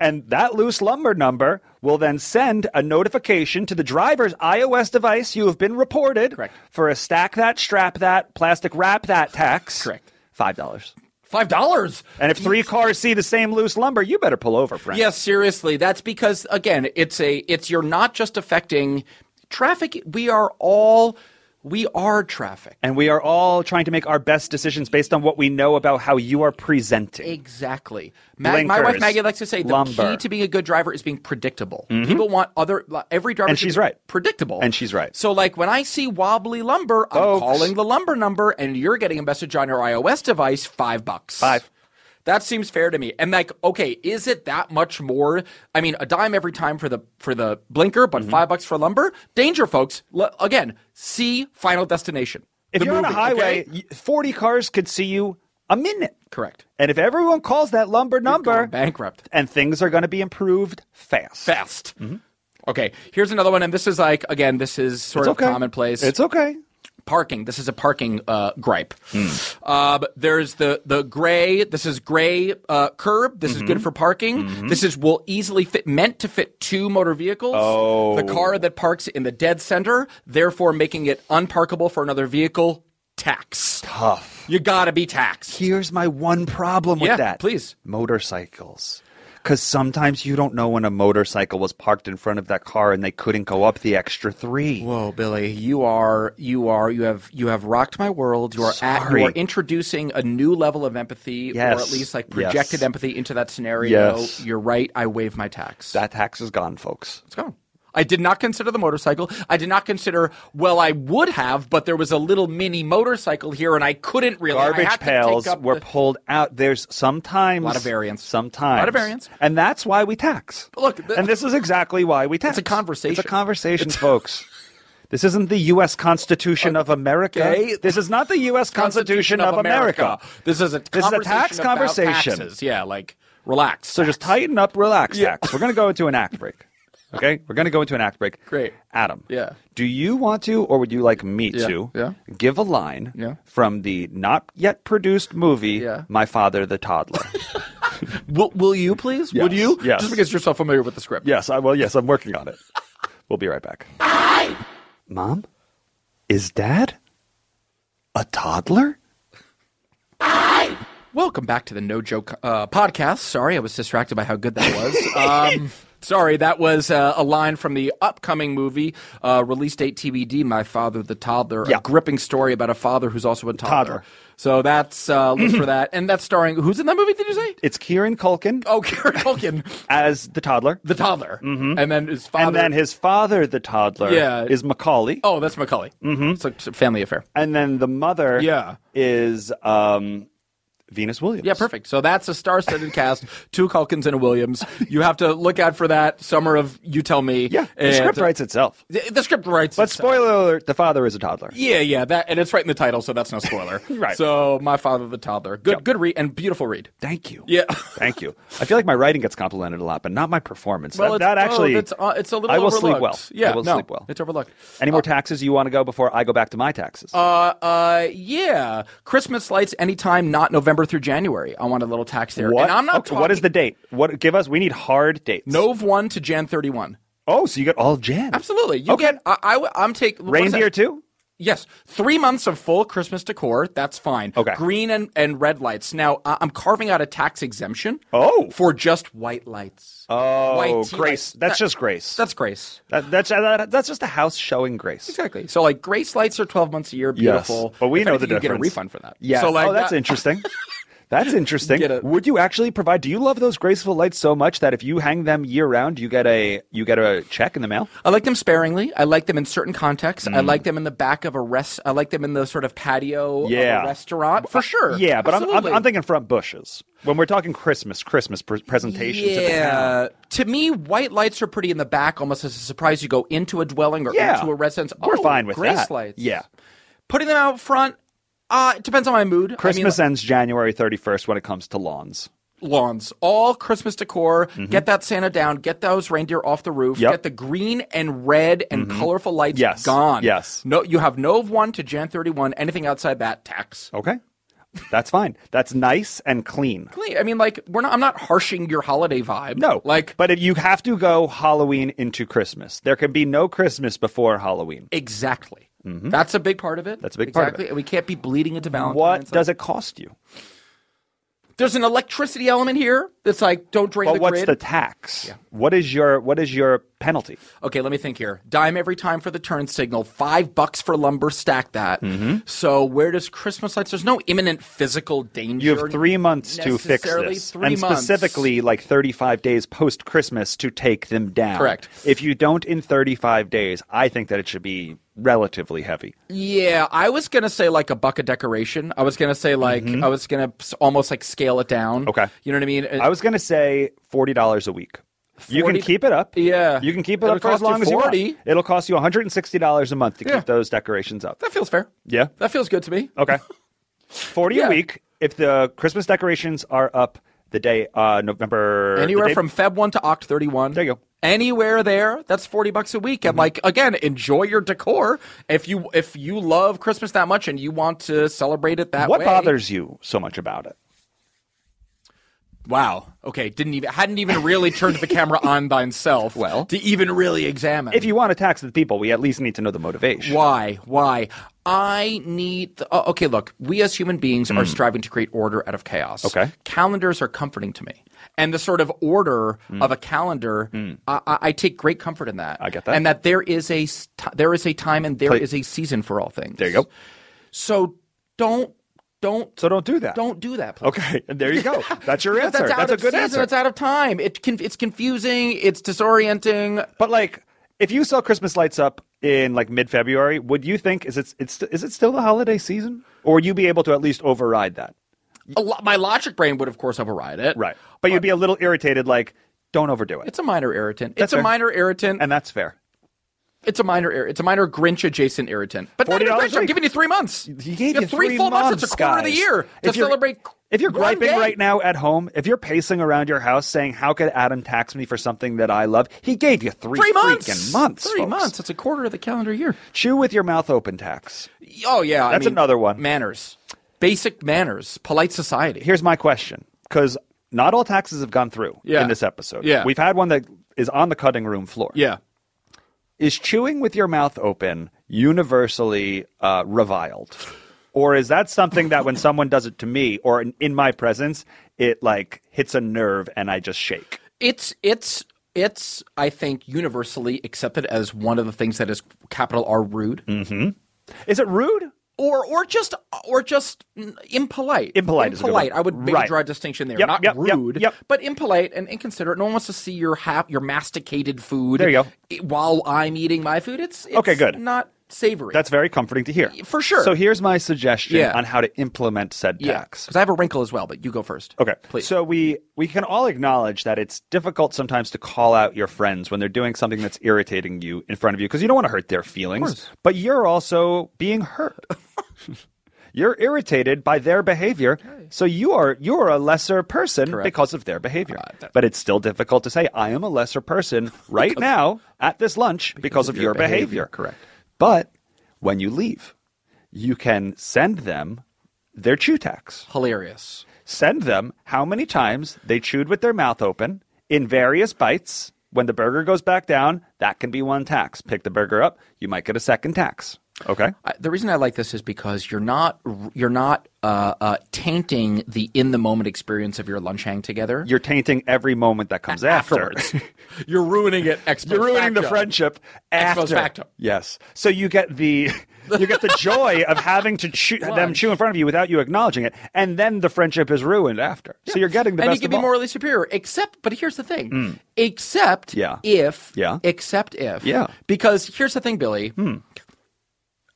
[SPEAKER 3] and that loose lumber number will then send a notification to the driver's iOS device. You have been reported
[SPEAKER 2] Correct.
[SPEAKER 3] for a stack that, strap that, plastic wrap that tax.
[SPEAKER 2] Correct.
[SPEAKER 3] Five dollars.
[SPEAKER 2] Five dollars.
[SPEAKER 3] And if three cars see the same loose lumber, you better pull over, friend.
[SPEAKER 2] Yes, seriously. That's because again, it's a it's you're not just affecting traffic. We are all we are traffic.
[SPEAKER 3] And we are all trying to make our best decisions based on what we know about how you are presenting.
[SPEAKER 2] Exactly. Mag- my wife
[SPEAKER 3] Blinkers.
[SPEAKER 2] Maggie likes to say the
[SPEAKER 3] Lumber. Mm-hmm.
[SPEAKER 2] key to being a good driver is being predictable. People want other like, every driver
[SPEAKER 3] And
[SPEAKER 2] should
[SPEAKER 3] she's
[SPEAKER 2] be
[SPEAKER 3] right.
[SPEAKER 2] predictable.
[SPEAKER 3] And she's right.
[SPEAKER 2] So like when I see wobbly lumber, I'm
[SPEAKER 3] Folks.
[SPEAKER 2] calling the lumber number and you're getting a message on your iOS device, 5 bucks.
[SPEAKER 3] Five.
[SPEAKER 2] That seems fair to me. And like okay, is it that much more? I mean, a dime every time for the for the blinker,
[SPEAKER 3] Mm-hmm.
[SPEAKER 2] but 5 bucks for lumber? Danger folks. L- again, see Final Destination.
[SPEAKER 3] If
[SPEAKER 2] The
[SPEAKER 3] you're on a
[SPEAKER 2] movie,
[SPEAKER 3] highway,
[SPEAKER 2] okay?
[SPEAKER 3] y 40 cars could see you a minute.
[SPEAKER 2] correct.
[SPEAKER 3] And if everyone calls that lumber number,
[SPEAKER 2] going bankrupt.
[SPEAKER 3] and things are going to be improved fast.
[SPEAKER 2] fast. Okay, here's another one, and this is like again, this is sort
[SPEAKER 3] It's
[SPEAKER 2] of
[SPEAKER 3] okay.
[SPEAKER 2] commonplace.
[SPEAKER 3] It's okay.
[SPEAKER 2] parking. This is a parking uh, gripe.
[SPEAKER 3] Hmm.
[SPEAKER 2] Um, there's the the gray. This is gray uh, curb. This is good
[SPEAKER 3] Mm-hmm.
[SPEAKER 2] for parking. This is will easily fit, meant to fit two motor vehicles.
[SPEAKER 3] Oh.
[SPEAKER 2] The car that parks in the dead center, therefore making it unparkable for another vehicle. Tax.
[SPEAKER 3] Tough.
[SPEAKER 2] You gotta be taxed.
[SPEAKER 3] Here's my one problem with
[SPEAKER 2] Yeah,
[SPEAKER 3] that.
[SPEAKER 2] please.
[SPEAKER 3] Motorcycles. Because sometimes you don't know when a motorcycle was parked in front of that car and they couldn't go up the extra three.
[SPEAKER 2] Whoa, Billy, you are you are you have you have rocked my world. You are at,
[SPEAKER 3] Sorry.
[SPEAKER 2] you are introducing a new level of empathy, or
[SPEAKER 3] Yes.
[SPEAKER 2] at least like projected
[SPEAKER 3] Yes.
[SPEAKER 2] empathy into that scenario.
[SPEAKER 3] Yes.
[SPEAKER 2] You're right. I waive my tax.
[SPEAKER 3] That tax is gone, folks.
[SPEAKER 2] it's gone. I did not consider the motorcycle. I did not consider. Well, I would have, but there was a little mini motorcycle here, and I couldn't really. I had
[SPEAKER 3] Garbage
[SPEAKER 2] to take
[SPEAKER 3] pails
[SPEAKER 2] up
[SPEAKER 3] were
[SPEAKER 2] the-
[SPEAKER 3] pulled out. There's sometimes
[SPEAKER 2] Lot of variance.
[SPEAKER 3] Sometimes
[SPEAKER 2] Lot of variance.
[SPEAKER 3] and that's why we tax.
[SPEAKER 2] Look, the-
[SPEAKER 3] and this is exactly why we tax.
[SPEAKER 2] a conversation.
[SPEAKER 3] It's a conversation, folks. This isn't the U.S. Constitution of America.
[SPEAKER 2] Okay.
[SPEAKER 3] This is not the U.S. Constitution, of America.
[SPEAKER 2] This is a
[SPEAKER 3] This is a tax
[SPEAKER 2] about
[SPEAKER 3] conversation.
[SPEAKER 2] taxes. Yeah, like relax.
[SPEAKER 3] So just tighten up, relax,
[SPEAKER 2] Yeah.
[SPEAKER 3] tax. We're going to go into an act break. Okay, we're going to go into an act break.
[SPEAKER 2] Great.
[SPEAKER 3] Adam.
[SPEAKER 2] Yeah.
[SPEAKER 3] Do you want to, or would you like me
[SPEAKER 2] Yeah,
[SPEAKER 3] to,
[SPEAKER 2] yeah.
[SPEAKER 3] give a line
[SPEAKER 2] Yeah.
[SPEAKER 3] from the not yet produced movie,
[SPEAKER 2] Yeah.
[SPEAKER 3] My Father the Toddler?
[SPEAKER 2] Will, will you please? Would
[SPEAKER 3] Yes,
[SPEAKER 2] you?
[SPEAKER 3] yes.
[SPEAKER 2] Just because you're so familiar with the script.
[SPEAKER 3] Yes, I well, yes, I'm working on it. We'll be right back. Mom, is Dad a toddler?
[SPEAKER 2] Welcome back to the No Joke uh, podcast. Sorry, I was distracted by how good that was. um, sorry, that was uh, a line from the upcoming movie, uh, release date TBD, My Father the Toddler,
[SPEAKER 3] Yeah.
[SPEAKER 2] a gripping story about a father who's also a toddler.
[SPEAKER 3] Toddler.
[SPEAKER 2] So that's, uh, look for that. And that's starring, who's in that movie, did you say?
[SPEAKER 3] It's Kieran Culkin
[SPEAKER 2] Oh, Karen Culkin,
[SPEAKER 3] as the toddler,
[SPEAKER 2] the toddler. Mm-hmm. And then his father.
[SPEAKER 3] and then his father, the toddler,
[SPEAKER 2] Yeah.
[SPEAKER 3] is Macaulay,
[SPEAKER 2] oh, that's Macaulay. Mm-hmm. It's like a family affair.
[SPEAKER 3] and then the mother,
[SPEAKER 2] Yeah.
[SPEAKER 3] is um, Venus Williams.
[SPEAKER 2] Yeah, perfect. So that's a star-studded cast, two Culkins and a Williams. You have to look out for that summer of You Tell Me.
[SPEAKER 3] Yeah, the
[SPEAKER 2] and- uh,
[SPEAKER 3] script writes itself.
[SPEAKER 2] The, the script writes.
[SPEAKER 3] But
[SPEAKER 2] itself.
[SPEAKER 3] spoiler alert: the father is a toddler.
[SPEAKER 2] Yeah, yeah, that and it's right in the title, so that's no spoiler.
[SPEAKER 3] Right.
[SPEAKER 2] So my father, the toddler, good, good read and beautiful read.
[SPEAKER 3] Thank you.
[SPEAKER 2] Yeah.
[SPEAKER 3] Thank you. I feel like my writing gets complimented a lot, but not my performance.
[SPEAKER 2] Well,
[SPEAKER 3] that,
[SPEAKER 2] it's-
[SPEAKER 3] that actually,
[SPEAKER 2] oh, that's, uh, it's a little.
[SPEAKER 3] I will
[SPEAKER 2] overlooked.
[SPEAKER 3] sleep well.
[SPEAKER 2] Yeah,
[SPEAKER 3] I will
[SPEAKER 2] no,
[SPEAKER 3] sleep well.
[SPEAKER 2] It's overlooked.
[SPEAKER 3] Any more taxes you want to go before I go back to my taxes?
[SPEAKER 2] Uh, uh, yeah. Christmas lights anytime, not November through January. I want a little tax there, and I'm not.
[SPEAKER 3] Okay, what is the
[SPEAKER 2] talking-
[SPEAKER 3] date? What give us? We need hard dates.
[SPEAKER 2] Nov one to Jan thirty one?
[SPEAKER 3] Oh, so you got all Jan.
[SPEAKER 2] Absolutely. You
[SPEAKER 3] Okay.
[SPEAKER 2] get. I, I, am taking
[SPEAKER 3] Reindeer too.
[SPEAKER 2] Yes, three months of full Christmas decor. That's fine.
[SPEAKER 3] Okay.
[SPEAKER 2] Green and, and red lights. Now, I- I'm carving out a tax exemption.
[SPEAKER 3] Oh.
[SPEAKER 2] For just white lights.
[SPEAKER 3] Oh,
[SPEAKER 2] White tea
[SPEAKER 3] grace.
[SPEAKER 2] lights.
[SPEAKER 3] That's
[SPEAKER 2] That-
[SPEAKER 3] just grace.
[SPEAKER 2] That's grace.
[SPEAKER 3] That- that's uh, that- that's just a house showing grace.
[SPEAKER 2] Exactly. So, like, grace lights are 12 months a year. Beautiful.
[SPEAKER 3] But we
[SPEAKER 2] If
[SPEAKER 3] know
[SPEAKER 2] anything,
[SPEAKER 3] the
[SPEAKER 2] you get a
[SPEAKER 3] difference.
[SPEAKER 2] refund for that.
[SPEAKER 3] Yeah.
[SPEAKER 2] So, like,
[SPEAKER 3] oh, that's
[SPEAKER 2] that-
[SPEAKER 3] interesting. That's interesting.
[SPEAKER 2] Get a-
[SPEAKER 3] Would you actually provide? Do you love those graceful lights so much that if you hang them year round, you get a you get a check in the mail?
[SPEAKER 2] I like them sparingly. I like them in certain contexts.
[SPEAKER 3] Mm.
[SPEAKER 2] I like them in the back of a rest. I like them in the sort of patio
[SPEAKER 3] Yeah.
[SPEAKER 2] of a restaurant for sure.
[SPEAKER 3] Yeah, but I'm, I'm,
[SPEAKER 2] Absolutely.
[SPEAKER 3] I'm thinking front bushes when we're talking Christmas, Christmas pr- presentation. To the town.
[SPEAKER 2] Yeah. To me, white lights are pretty in the back, almost as a surprise. You go into a dwelling or
[SPEAKER 3] Yeah.
[SPEAKER 2] into a residence.
[SPEAKER 3] We're
[SPEAKER 2] Oh,
[SPEAKER 3] fine with
[SPEAKER 2] grace
[SPEAKER 3] that.
[SPEAKER 2] lights.
[SPEAKER 3] Yeah.
[SPEAKER 2] Putting them out front, uh, it depends on my mood. I mean,
[SPEAKER 3] Christmas ends January 31st when it comes to lawns.
[SPEAKER 2] lawns, all Christmas decor. Get that Santa down. Get those reindeer off the roof.
[SPEAKER 3] Mm-hmm. Yep. Mm-hmm.
[SPEAKER 2] Get the green and red and colorful lights
[SPEAKER 3] Yes.
[SPEAKER 2] gone.
[SPEAKER 3] Yes.
[SPEAKER 2] No, you have Nov one to Jan thirty one. Anything outside that tax.
[SPEAKER 3] Okay. That's fine. That's nice and clean.
[SPEAKER 2] I mean, like we're not. I'm not harshing your holiday vibe.
[SPEAKER 3] No.
[SPEAKER 2] like
[SPEAKER 3] but if you have to go Halloween into Christmas. There can be no Christmas before Halloween.
[SPEAKER 2] exactly. That's a big part of it.
[SPEAKER 3] Mm-hmm. That's a big part
[SPEAKER 2] exactly.
[SPEAKER 3] of it.
[SPEAKER 2] And we can't be bleeding into Valentine's.
[SPEAKER 3] What
[SPEAKER 2] Like,
[SPEAKER 3] does it cost you?
[SPEAKER 2] there's an electricity element here that's like don't drain
[SPEAKER 3] But
[SPEAKER 2] the
[SPEAKER 3] what's
[SPEAKER 2] grid.
[SPEAKER 3] the tax? What is your what is your penalty?
[SPEAKER 2] okay, let me think here. Dime every time for the turn signal. Five bucks for lumber. Stack that.
[SPEAKER 3] Mm-hmm.
[SPEAKER 2] So where does Christmas lights? There's no imminent physical danger.
[SPEAKER 3] You have three months to fix
[SPEAKER 2] necessarily
[SPEAKER 3] this,
[SPEAKER 2] three
[SPEAKER 3] and
[SPEAKER 2] months.
[SPEAKER 3] specifically like 35 days post Christmas to take them down.
[SPEAKER 2] Correct.
[SPEAKER 3] If you don't in 35 days, I think that it should be relatively heavy.
[SPEAKER 2] Yeah, I was gonna say like a buck of decoration. I was gonna say like I was gonna s- almost like scale it down.
[SPEAKER 3] Mm-hmm. Okay.
[SPEAKER 2] you know what I mean? Uh,
[SPEAKER 3] I was gonna say forty dollars a week. You can
[SPEAKER 2] 40
[SPEAKER 3] keep it up.
[SPEAKER 2] Yeah.
[SPEAKER 3] you can keep it
[SPEAKER 2] It'll
[SPEAKER 3] up for as
[SPEAKER 2] cost you
[SPEAKER 3] long as you
[SPEAKER 2] 40.
[SPEAKER 3] want. It'll cost you one hundred and sixty dollars a month to
[SPEAKER 2] Yeah.
[SPEAKER 3] keep those decorations up.
[SPEAKER 2] that feels fair.
[SPEAKER 3] Yeah.
[SPEAKER 2] that feels good to me.
[SPEAKER 3] Okay, forty
[SPEAKER 2] Yeah.
[SPEAKER 3] a week. If the Christmas decorations are up the day uh, November, the
[SPEAKER 2] Anywhere
[SPEAKER 3] day-
[SPEAKER 2] from Feb one to Oct thirty one.
[SPEAKER 3] There you go. Mm-hmm.
[SPEAKER 2] anywhere there that's 40 bucks a week and like again enjoy your decor if you if you love christmas that much and you want to celebrate it that
[SPEAKER 3] What
[SPEAKER 2] way
[SPEAKER 3] bothers you so much about it?
[SPEAKER 2] wow okay didn't even hadn't even really turned the camera on thyself
[SPEAKER 3] Well.
[SPEAKER 2] to even really examine
[SPEAKER 3] If you want to tax the people, we at least need to know the motivation.
[SPEAKER 2] Why? Why? I need. The, oh, okay, look, we as human beings are striving to create order out of chaos.
[SPEAKER 3] Hmm. Okay.
[SPEAKER 2] Calendars are comforting to me. And the sort of order of a calendar, I, I I take great comfort in that.
[SPEAKER 3] Hmm. I get that.
[SPEAKER 2] And that there is a s- ti- there is a time and there is
[SPEAKER 3] Play-
[SPEAKER 2] a season for all things.
[SPEAKER 3] There you go.
[SPEAKER 2] So don't don't
[SPEAKER 3] So don't do that.
[SPEAKER 2] don't do that. Please.
[SPEAKER 3] Okay, and there you go. That's your
[SPEAKER 2] Because
[SPEAKER 3] answer.
[SPEAKER 2] That's, out
[SPEAKER 3] That's, a
[SPEAKER 2] of
[SPEAKER 3] good
[SPEAKER 2] season,
[SPEAKER 3] answer.
[SPEAKER 2] It's out of time. It can, it's confusing. It's disorienting.
[SPEAKER 3] But like, if you saw Christmas lights up in like mid-February, would you think is it it's is it still the holiday season, or would you be able to at least override that?
[SPEAKER 2] A lo- my logic brain would, of course, override it.
[SPEAKER 3] Right, but you'd be a little irritated. Like, don't overdo it,
[SPEAKER 2] It's a minor irritant.
[SPEAKER 3] That's
[SPEAKER 2] it's a
[SPEAKER 3] fair.
[SPEAKER 2] minor irritant.
[SPEAKER 3] and that's fair.
[SPEAKER 2] It's a minor ir- it's a minor Grinch adjacent irritant. But not even
[SPEAKER 3] $40
[SPEAKER 2] Grinch, I'm
[SPEAKER 3] week.
[SPEAKER 2] giving you three months.
[SPEAKER 3] He gave
[SPEAKER 2] You
[SPEAKER 3] you,
[SPEAKER 2] have three,
[SPEAKER 3] three
[SPEAKER 2] full months.
[SPEAKER 3] months.
[SPEAKER 2] It's a quarter of the
[SPEAKER 3] guys.
[SPEAKER 2] year
[SPEAKER 3] If
[SPEAKER 2] to
[SPEAKER 3] you're-
[SPEAKER 2] celebrate.
[SPEAKER 3] If you're
[SPEAKER 2] one
[SPEAKER 3] griping
[SPEAKER 2] day.
[SPEAKER 3] right now at home, if you're pacing around your house saying, "How could Adam tax me for something that I love?" He gave you three,
[SPEAKER 2] three months,
[SPEAKER 3] freaking months.
[SPEAKER 2] three
[SPEAKER 3] folks.
[SPEAKER 2] months. It's a quarter of the calendar year.
[SPEAKER 3] Chew with your mouth open. Tax.
[SPEAKER 2] Oh yeah, I
[SPEAKER 3] That's
[SPEAKER 2] mean,
[SPEAKER 3] another one.
[SPEAKER 2] Manners, basic manners, polite society.
[SPEAKER 3] here's my question because not all taxes have gone through
[SPEAKER 2] Yeah.
[SPEAKER 3] in this episode.
[SPEAKER 2] Yeah.
[SPEAKER 3] We've had one that is on the cutting room floor.
[SPEAKER 2] yeah,
[SPEAKER 3] Is chewing with your mouth open universally uh, reviled? Or is that something that when someone does it to me or in, in my presence, it like hits a nerve and I just shake?
[SPEAKER 2] it's it's it's I think universally accepted as one of the things that is capital R rude
[SPEAKER 3] Mm. Is it rude?
[SPEAKER 2] or or just or just mm, impolite.
[SPEAKER 3] Impolite is a good
[SPEAKER 2] impolite.
[SPEAKER 3] word.
[SPEAKER 2] I would maybe
[SPEAKER 3] Right.
[SPEAKER 2] draw a distinction there.
[SPEAKER 3] Yep,
[SPEAKER 2] Not
[SPEAKER 3] yep, yep,
[SPEAKER 2] rude,
[SPEAKER 3] yep.
[SPEAKER 2] but impolite and inconsiderate. No one wants to see your ha- your masticated food.
[SPEAKER 3] There you go.
[SPEAKER 2] i- While I'm eating my food, it's, it's
[SPEAKER 3] Okay, good.
[SPEAKER 2] Not savory.
[SPEAKER 3] That's very comforting to hear.
[SPEAKER 2] For sure.
[SPEAKER 3] So here's my suggestion
[SPEAKER 2] Yeah.
[SPEAKER 3] on how to implement said
[SPEAKER 2] yeah.
[SPEAKER 3] tax.
[SPEAKER 2] Because I have a wrinkle as well, but you go first.
[SPEAKER 3] Okay.
[SPEAKER 2] please.
[SPEAKER 3] So we we can all acknowledge that it's difficult sometimes to call out your friends when they're doing something that's irritating you in front of you because you don't want to hurt their feelings, but you're also being hurt. you're irritated by their behavior, so you are you're a lesser person because of their behavior. but it's still difficult to say I am a lesser person right now at this lunch because, of, your behavior.
[SPEAKER 2] Correct.
[SPEAKER 3] But when you leave, you can send them their chew tax
[SPEAKER 2] hilarious.
[SPEAKER 3] send them how many times they chewed with their mouth open in various bites. When the burger goes back down, that can be one tax. Pick the burger up, you might get a second tax. Okay.
[SPEAKER 2] I, the reason I like this is because you're not you're not uh, uh, tainting the in the moment experience of your lunch hang together.
[SPEAKER 3] You're tainting every moment that comes after.
[SPEAKER 2] afterwards. you're ruining it. ex
[SPEAKER 3] You're
[SPEAKER 2] post
[SPEAKER 3] ruining the
[SPEAKER 2] facto.
[SPEAKER 3] friendship
[SPEAKER 2] Ex
[SPEAKER 3] after.
[SPEAKER 2] post facto.
[SPEAKER 3] Yes. So you get the you get the joy of having to chew, them chew in front of you without you acknowledging it, and then the friendship is ruined after. So you're getting the
[SPEAKER 2] and
[SPEAKER 3] best
[SPEAKER 2] you can
[SPEAKER 3] of
[SPEAKER 2] be
[SPEAKER 3] all.
[SPEAKER 2] morally superior. Except, but here's the thing. Except
[SPEAKER 3] Yeah.
[SPEAKER 2] if,
[SPEAKER 3] Yeah.
[SPEAKER 2] except if,
[SPEAKER 3] Yeah.
[SPEAKER 2] Because here's the thing, Billy.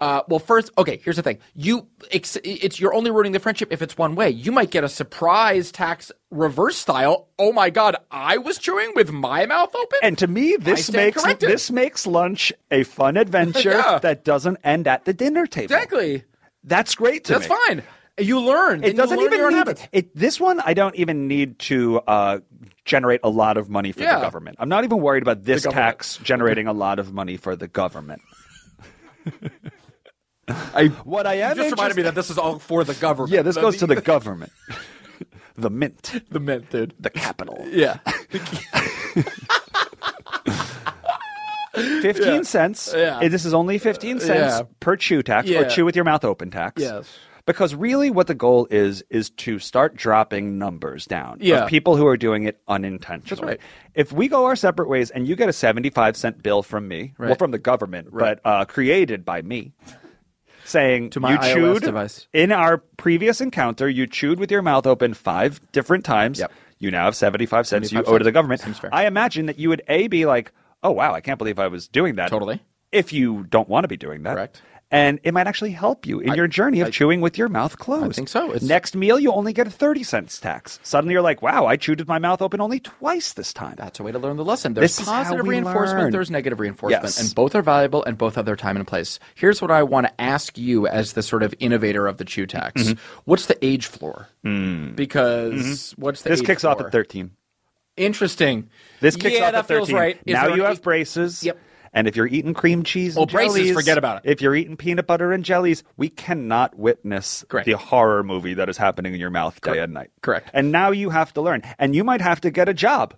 [SPEAKER 2] Uh, well, first, okay. Here's the thing. You, ex- it's you're only ruining the friendship if it's one way. You might get a surprise tax reverse style. Oh my God, I was chewing with my mouth open.
[SPEAKER 3] And to me,
[SPEAKER 2] I
[SPEAKER 3] this
[SPEAKER 2] stand
[SPEAKER 3] makes
[SPEAKER 2] corrected.
[SPEAKER 3] this makes lunch a fun adventure
[SPEAKER 2] Yeah.
[SPEAKER 3] that doesn't end at the dinner table.
[SPEAKER 2] exactly,
[SPEAKER 3] That's great to
[SPEAKER 2] that's
[SPEAKER 3] me.
[SPEAKER 2] fine. You learn.
[SPEAKER 3] It doesn't even
[SPEAKER 2] your own
[SPEAKER 3] need
[SPEAKER 2] habits.
[SPEAKER 3] it. This one, I don't even need to uh, generate a lot of money for
[SPEAKER 2] Yeah.
[SPEAKER 3] the government. I'm not even worried about this
[SPEAKER 2] government.
[SPEAKER 3] tax generating a lot of money for the government. I, what I am
[SPEAKER 2] Just reminded
[SPEAKER 3] interested-
[SPEAKER 2] me that this is all for the government.
[SPEAKER 3] yeah, this
[SPEAKER 2] The-
[SPEAKER 3] goes to the government, the mint,
[SPEAKER 2] the mint, dude.
[SPEAKER 3] the capital.
[SPEAKER 2] Yeah.
[SPEAKER 3] Fifteen cents.
[SPEAKER 2] Yeah.
[SPEAKER 3] Eh, This is only fifteen cents
[SPEAKER 2] yeah.
[SPEAKER 3] per chew tax
[SPEAKER 2] Yeah.
[SPEAKER 3] or chew with your mouth open tax.
[SPEAKER 2] Yes.
[SPEAKER 3] Because really, what the goal is is to start dropping numbers down
[SPEAKER 2] Yeah.
[SPEAKER 3] of people who are doing it unintentionally.
[SPEAKER 2] That's right.
[SPEAKER 3] If we go our separate ways and you get a seventy-five cent bill from me, well,
[SPEAKER 2] Right.
[SPEAKER 3] from the government,
[SPEAKER 2] Right.
[SPEAKER 3] but uh, created by me, saying
[SPEAKER 2] To my
[SPEAKER 3] you
[SPEAKER 2] iOS
[SPEAKER 3] chewed
[SPEAKER 2] device."
[SPEAKER 3] in our previous encounter, you chewed with your mouth open five different times.
[SPEAKER 2] Yep.
[SPEAKER 3] You now have seventy-five cents you
[SPEAKER 2] 75
[SPEAKER 3] owe to
[SPEAKER 2] cents.
[SPEAKER 3] the government.
[SPEAKER 2] Seems fair.
[SPEAKER 3] I imagine that you would a be like, oh wow, I can't believe I was doing that.
[SPEAKER 2] Totally.
[SPEAKER 3] If you don't want to be doing that,
[SPEAKER 2] Correct.
[SPEAKER 3] And it might actually help you in your journey of chewing with your mouth closed.
[SPEAKER 2] think so. It's-
[SPEAKER 3] Next meal, you only get a thirty cents tax. Suddenly, you're like, wow, I chewed with my mouth open only twice this time.
[SPEAKER 2] That's a way to learn the lesson. There's
[SPEAKER 3] This is how
[SPEAKER 2] positive
[SPEAKER 3] we
[SPEAKER 2] reinforcement,
[SPEAKER 3] learn.
[SPEAKER 2] there's negative reinforcement,
[SPEAKER 3] Yes.
[SPEAKER 2] and both are valuable and both have their time and place. Here's what I want to ask you as the sort of innovator of the chew tax.
[SPEAKER 3] Mm-hmm.
[SPEAKER 2] What's the age floor? Because what's the
[SPEAKER 3] Mm-hmm. this
[SPEAKER 2] age
[SPEAKER 3] kicks off
[SPEAKER 2] floor?
[SPEAKER 3] at thirteen.
[SPEAKER 2] Interesting.
[SPEAKER 3] This kicks
[SPEAKER 2] yeah,
[SPEAKER 3] off
[SPEAKER 2] that
[SPEAKER 3] at 13.
[SPEAKER 2] feels right. Is
[SPEAKER 3] now
[SPEAKER 2] there
[SPEAKER 3] you
[SPEAKER 2] an
[SPEAKER 3] have
[SPEAKER 2] eight-
[SPEAKER 3] braces.
[SPEAKER 2] Yep.
[SPEAKER 3] And if you're eating cream cheese and
[SPEAKER 2] Well, braces,
[SPEAKER 3] jellies,
[SPEAKER 2] forget about it.
[SPEAKER 3] If you're eating peanut butter and jellies, we cannot witness
[SPEAKER 2] Correct.
[SPEAKER 3] the horror movie that is happening in your mouth day and night.
[SPEAKER 2] Correct.
[SPEAKER 3] And now you have to learn. And you might have to get a job.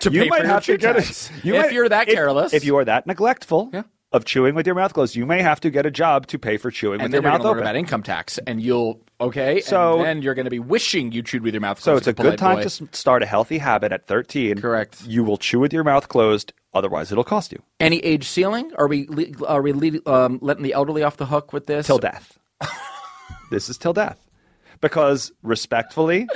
[SPEAKER 2] to
[SPEAKER 3] you
[SPEAKER 2] pay
[SPEAKER 3] might
[SPEAKER 2] for
[SPEAKER 3] have
[SPEAKER 2] your
[SPEAKER 3] to
[SPEAKER 2] chew
[SPEAKER 3] get
[SPEAKER 2] tax.
[SPEAKER 3] a, you
[SPEAKER 2] if
[SPEAKER 3] might-
[SPEAKER 2] you're that
[SPEAKER 3] if-
[SPEAKER 2] careless,
[SPEAKER 3] If you are that neglectful
[SPEAKER 2] Yeah.
[SPEAKER 3] of chewing with your mouth closed, you may have to get a job to pay for chewing
[SPEAKER 2] and
[SPEAKER 3] with your
[SPEAKER 2] then we're going
[SPEAKER 3] mouth
[SPEAKER 2] to learn
[SPEAKER 3] open.
[SPEAKER 2] about income tax, and you'll okay.
[SPEAKER 3] So-
[SPEAKER 2] and then you're going to be wishing you chewed with your mouth.
[SPEAKER 3] So
[SPEAKER 2] closed
[SPEAKER 3] it's a
[SPEAKER 2] like polite
[SPEAKER 3] good time
[SPEAKER 2] boy.
[SPEAKER 3] to s- start a healthy habit at 13.
[SPEAKER 2] Correct.
[SPEAKER 3] You will chew with your mouth closed, otherwise it'll cost you
[SPEAKER 2] Any age ceiling? Are we le- are we le- um, letting the elderly off the hook with this?
[SPEAKER 3] till death. this is till death. Because respectfully,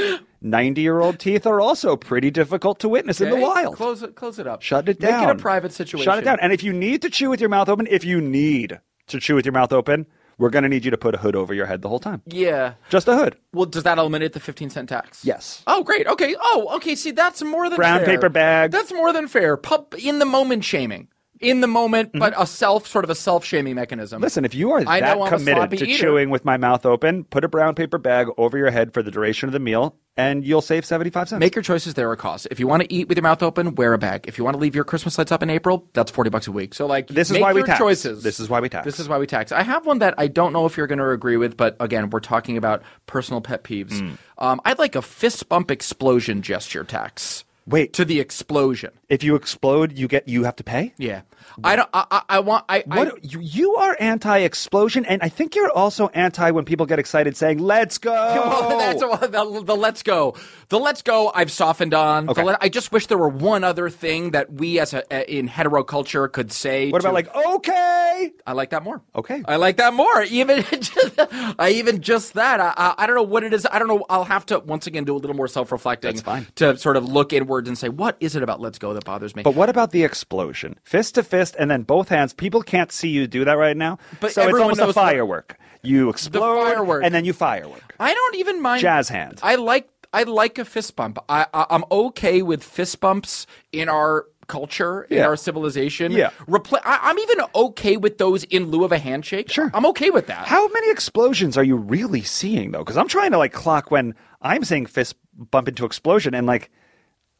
[SPEAKER 3] 90-year-old teeth are also pretty difficult to witness in the
[SPEAKER 2] Okay,
[SPEAKER 3] wild.
[SPEAKER 2] Close it. Close it up.
[SPEAKER 3] Shut it down.
[SPEAKER 2] Make it a private situation.
[SPEAKER 3] Shut it down. And if you need to chew with your mouth open, if you need to chew with your mouth open, we're going to need you to put a hood over your head the whole time.
[SPEAKER 2] yeah.
[SPEAKER 3] Just a hood.
[SPEAKER 2] Well, does that eliminate the fifteen cent tax?
[SPEAKER 3] Yes.
[SPEAKER 2] Oh, great. Okay. Oh, okay. See, that's more than
[SPEAKER 3] Brown
[SPEAKER 2] fair.
[SPEAKER 3] paper bag.
[SPEAKER 2] That's more than fair. Pub in the moment shaming. In the moment, but a self sort of a self shaming mechanism.
[SPEAKER 3] Mm-hmm. Listen, if you are
[SPEAKER 2] I
[SPEAKER 3] that
[SPEAKER 2] know I'm a
[SPEAKER 3] committed
[SPEAKER 2] sloppy
[SPEAKER 3] to
[SPEAKER 2] eater.
[SPEAKER 3] chewing with my mouth open, put a brown paper bag over your head for the duration of the meal, and you'll save 75 cents.
[SPEAKER 2] Make your choices. There are costs. If you want to eat with your mouth open, wear a bag. If you want to leave your Christmas lights up in April, that's forty bucks a week. So like,
[SPEAKER 3] This is
[SPEAKER 2] make
[SPEAKER 3] why we
[SPEAKER 2] your
[SPEAKER 3] tax.
[SPEAKER 2] Choices.
[SPEAKER 3] This is why we tax.
[SPEAKER 2] This is why we tax. I have one that I don't know if you're going to agree with, but again, we're talking about personal pet peeves.
[SPEAKER 3] Hmm.
[SPEAKER 2] Um, I'd like a fist bump explosion gesture tax.
[SPEAKER 3] Wait.
[SPEAKER 2] to the explosion.
[SPEAKER 3] if you explode, you get you have to pay?
[SPEAKER 2] Yeah, I don't. I, I, I want. I, I
[SPEAKER 3] What you, you are anti-explosion, and I think you're also anti when people get excited saying "Let's go."
[SPEAKER 2] Well, that's the, the let's go. The let's go. I've softened on. The
[SPEAKER 3] Okay.
[SPEAKER 2] let- I just wish there were one other thing that we as a, a- in hetero culture could say.
[SPEAKER 3] what about
[SPEAKER 2] to-
[SPEAKER 3] like "Okay"?
[SPEAKER 2] I like that more.
[SPEAKER 3] Okay.
[SPEAKER 2] I like that more. Even just, I even just that. I, I I don't know what it is. I don't know. I'll have to once again do a little more self reflecting.
[SPEAKER 3] That's fine.
[SPEAKER 2] To sort of look inwards and say, what is it about let's go that bothers me?
[SPEAKER 3] But what about the explosion? Fist to fist, and then both hands. People can't see you do that right now,
[SPEAKER 2] But
[SPEAKER 3] so it's
[SPEAKER 2] everyone
[SPEAKER 3] almost a
[SPEAKER 2] knows the-
[SPEAKER 3] firework. You explode,
[SPEAKER 2] firework.
[SPEAKER 3] and then you firework.
[SPEAKER 2] I don't even mind
[SPEAKER 3] Jazz hands.
[SPEAKER 2] I like I like a fist bump. I, I I'm okay with fist bumps in our culture, in
[SPEAKER 3] Yeah.
[SPEAKER 2] our civilization.
[SPEAKER 3] Yeah.
[SPEAKER 2] Repla- I, I'm even okay with those in lieu of a handshake.
[SPEAKER 3] Sure.
[SPEAKER 2] I'm okay with that.
[SPEAKER 3] How many explosions are you really seeing though? Because I'm trying to like clock when I'm saying fist bump into explosion, and like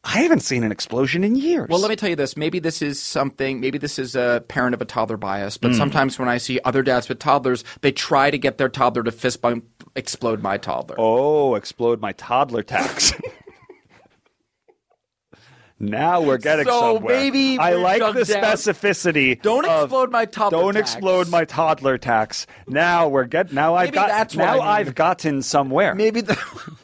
[SPEAKER 3] I haven't seen an explosion in years.
[SPEAKER 2] Well, let me tell you this. Maybe this is something. Maybe this is a parent of a toddler bias.
[SPEAKER 3] Hmm.
[SPEAKER 2] But sometimes when I see other dads with toddlers, they try to get their toddler to fist bump, explode my toddler.
[SPEAKER 3] Oh, explode my toddler tax. now we're getting
[SPEAKER 2] So
[SPEAKER 3] somewhere.
[SPEAKER 2] maybe
[SPEAKER 3] I
[SPEAKER 2] we've
[SPEAKER 3] like
[SPEAKER 2] dug
[SPEAKER 3] the
[SPEAKER 2] down.
[SPEAKER 3] specificity.
[SPEAKER 2] Don't
[SPEAKER 3] of,
[SPEAKER 2] explode my toddler
[SPEAKER 3] Don't
[SPEAKER 2] tax.
[SPEAKER 3] explode my toddler tax. Now we're get. Now I've
[SPEAKER 2] Maybe
[SPEAKER 3] got.
[SPEAKER 2] that's what
[SPEAKER 3] now
[SPEAKER 2] I mean.
[SPEAKER 3] have gotten somewhere.
[SPEAKER 2] Maybe the.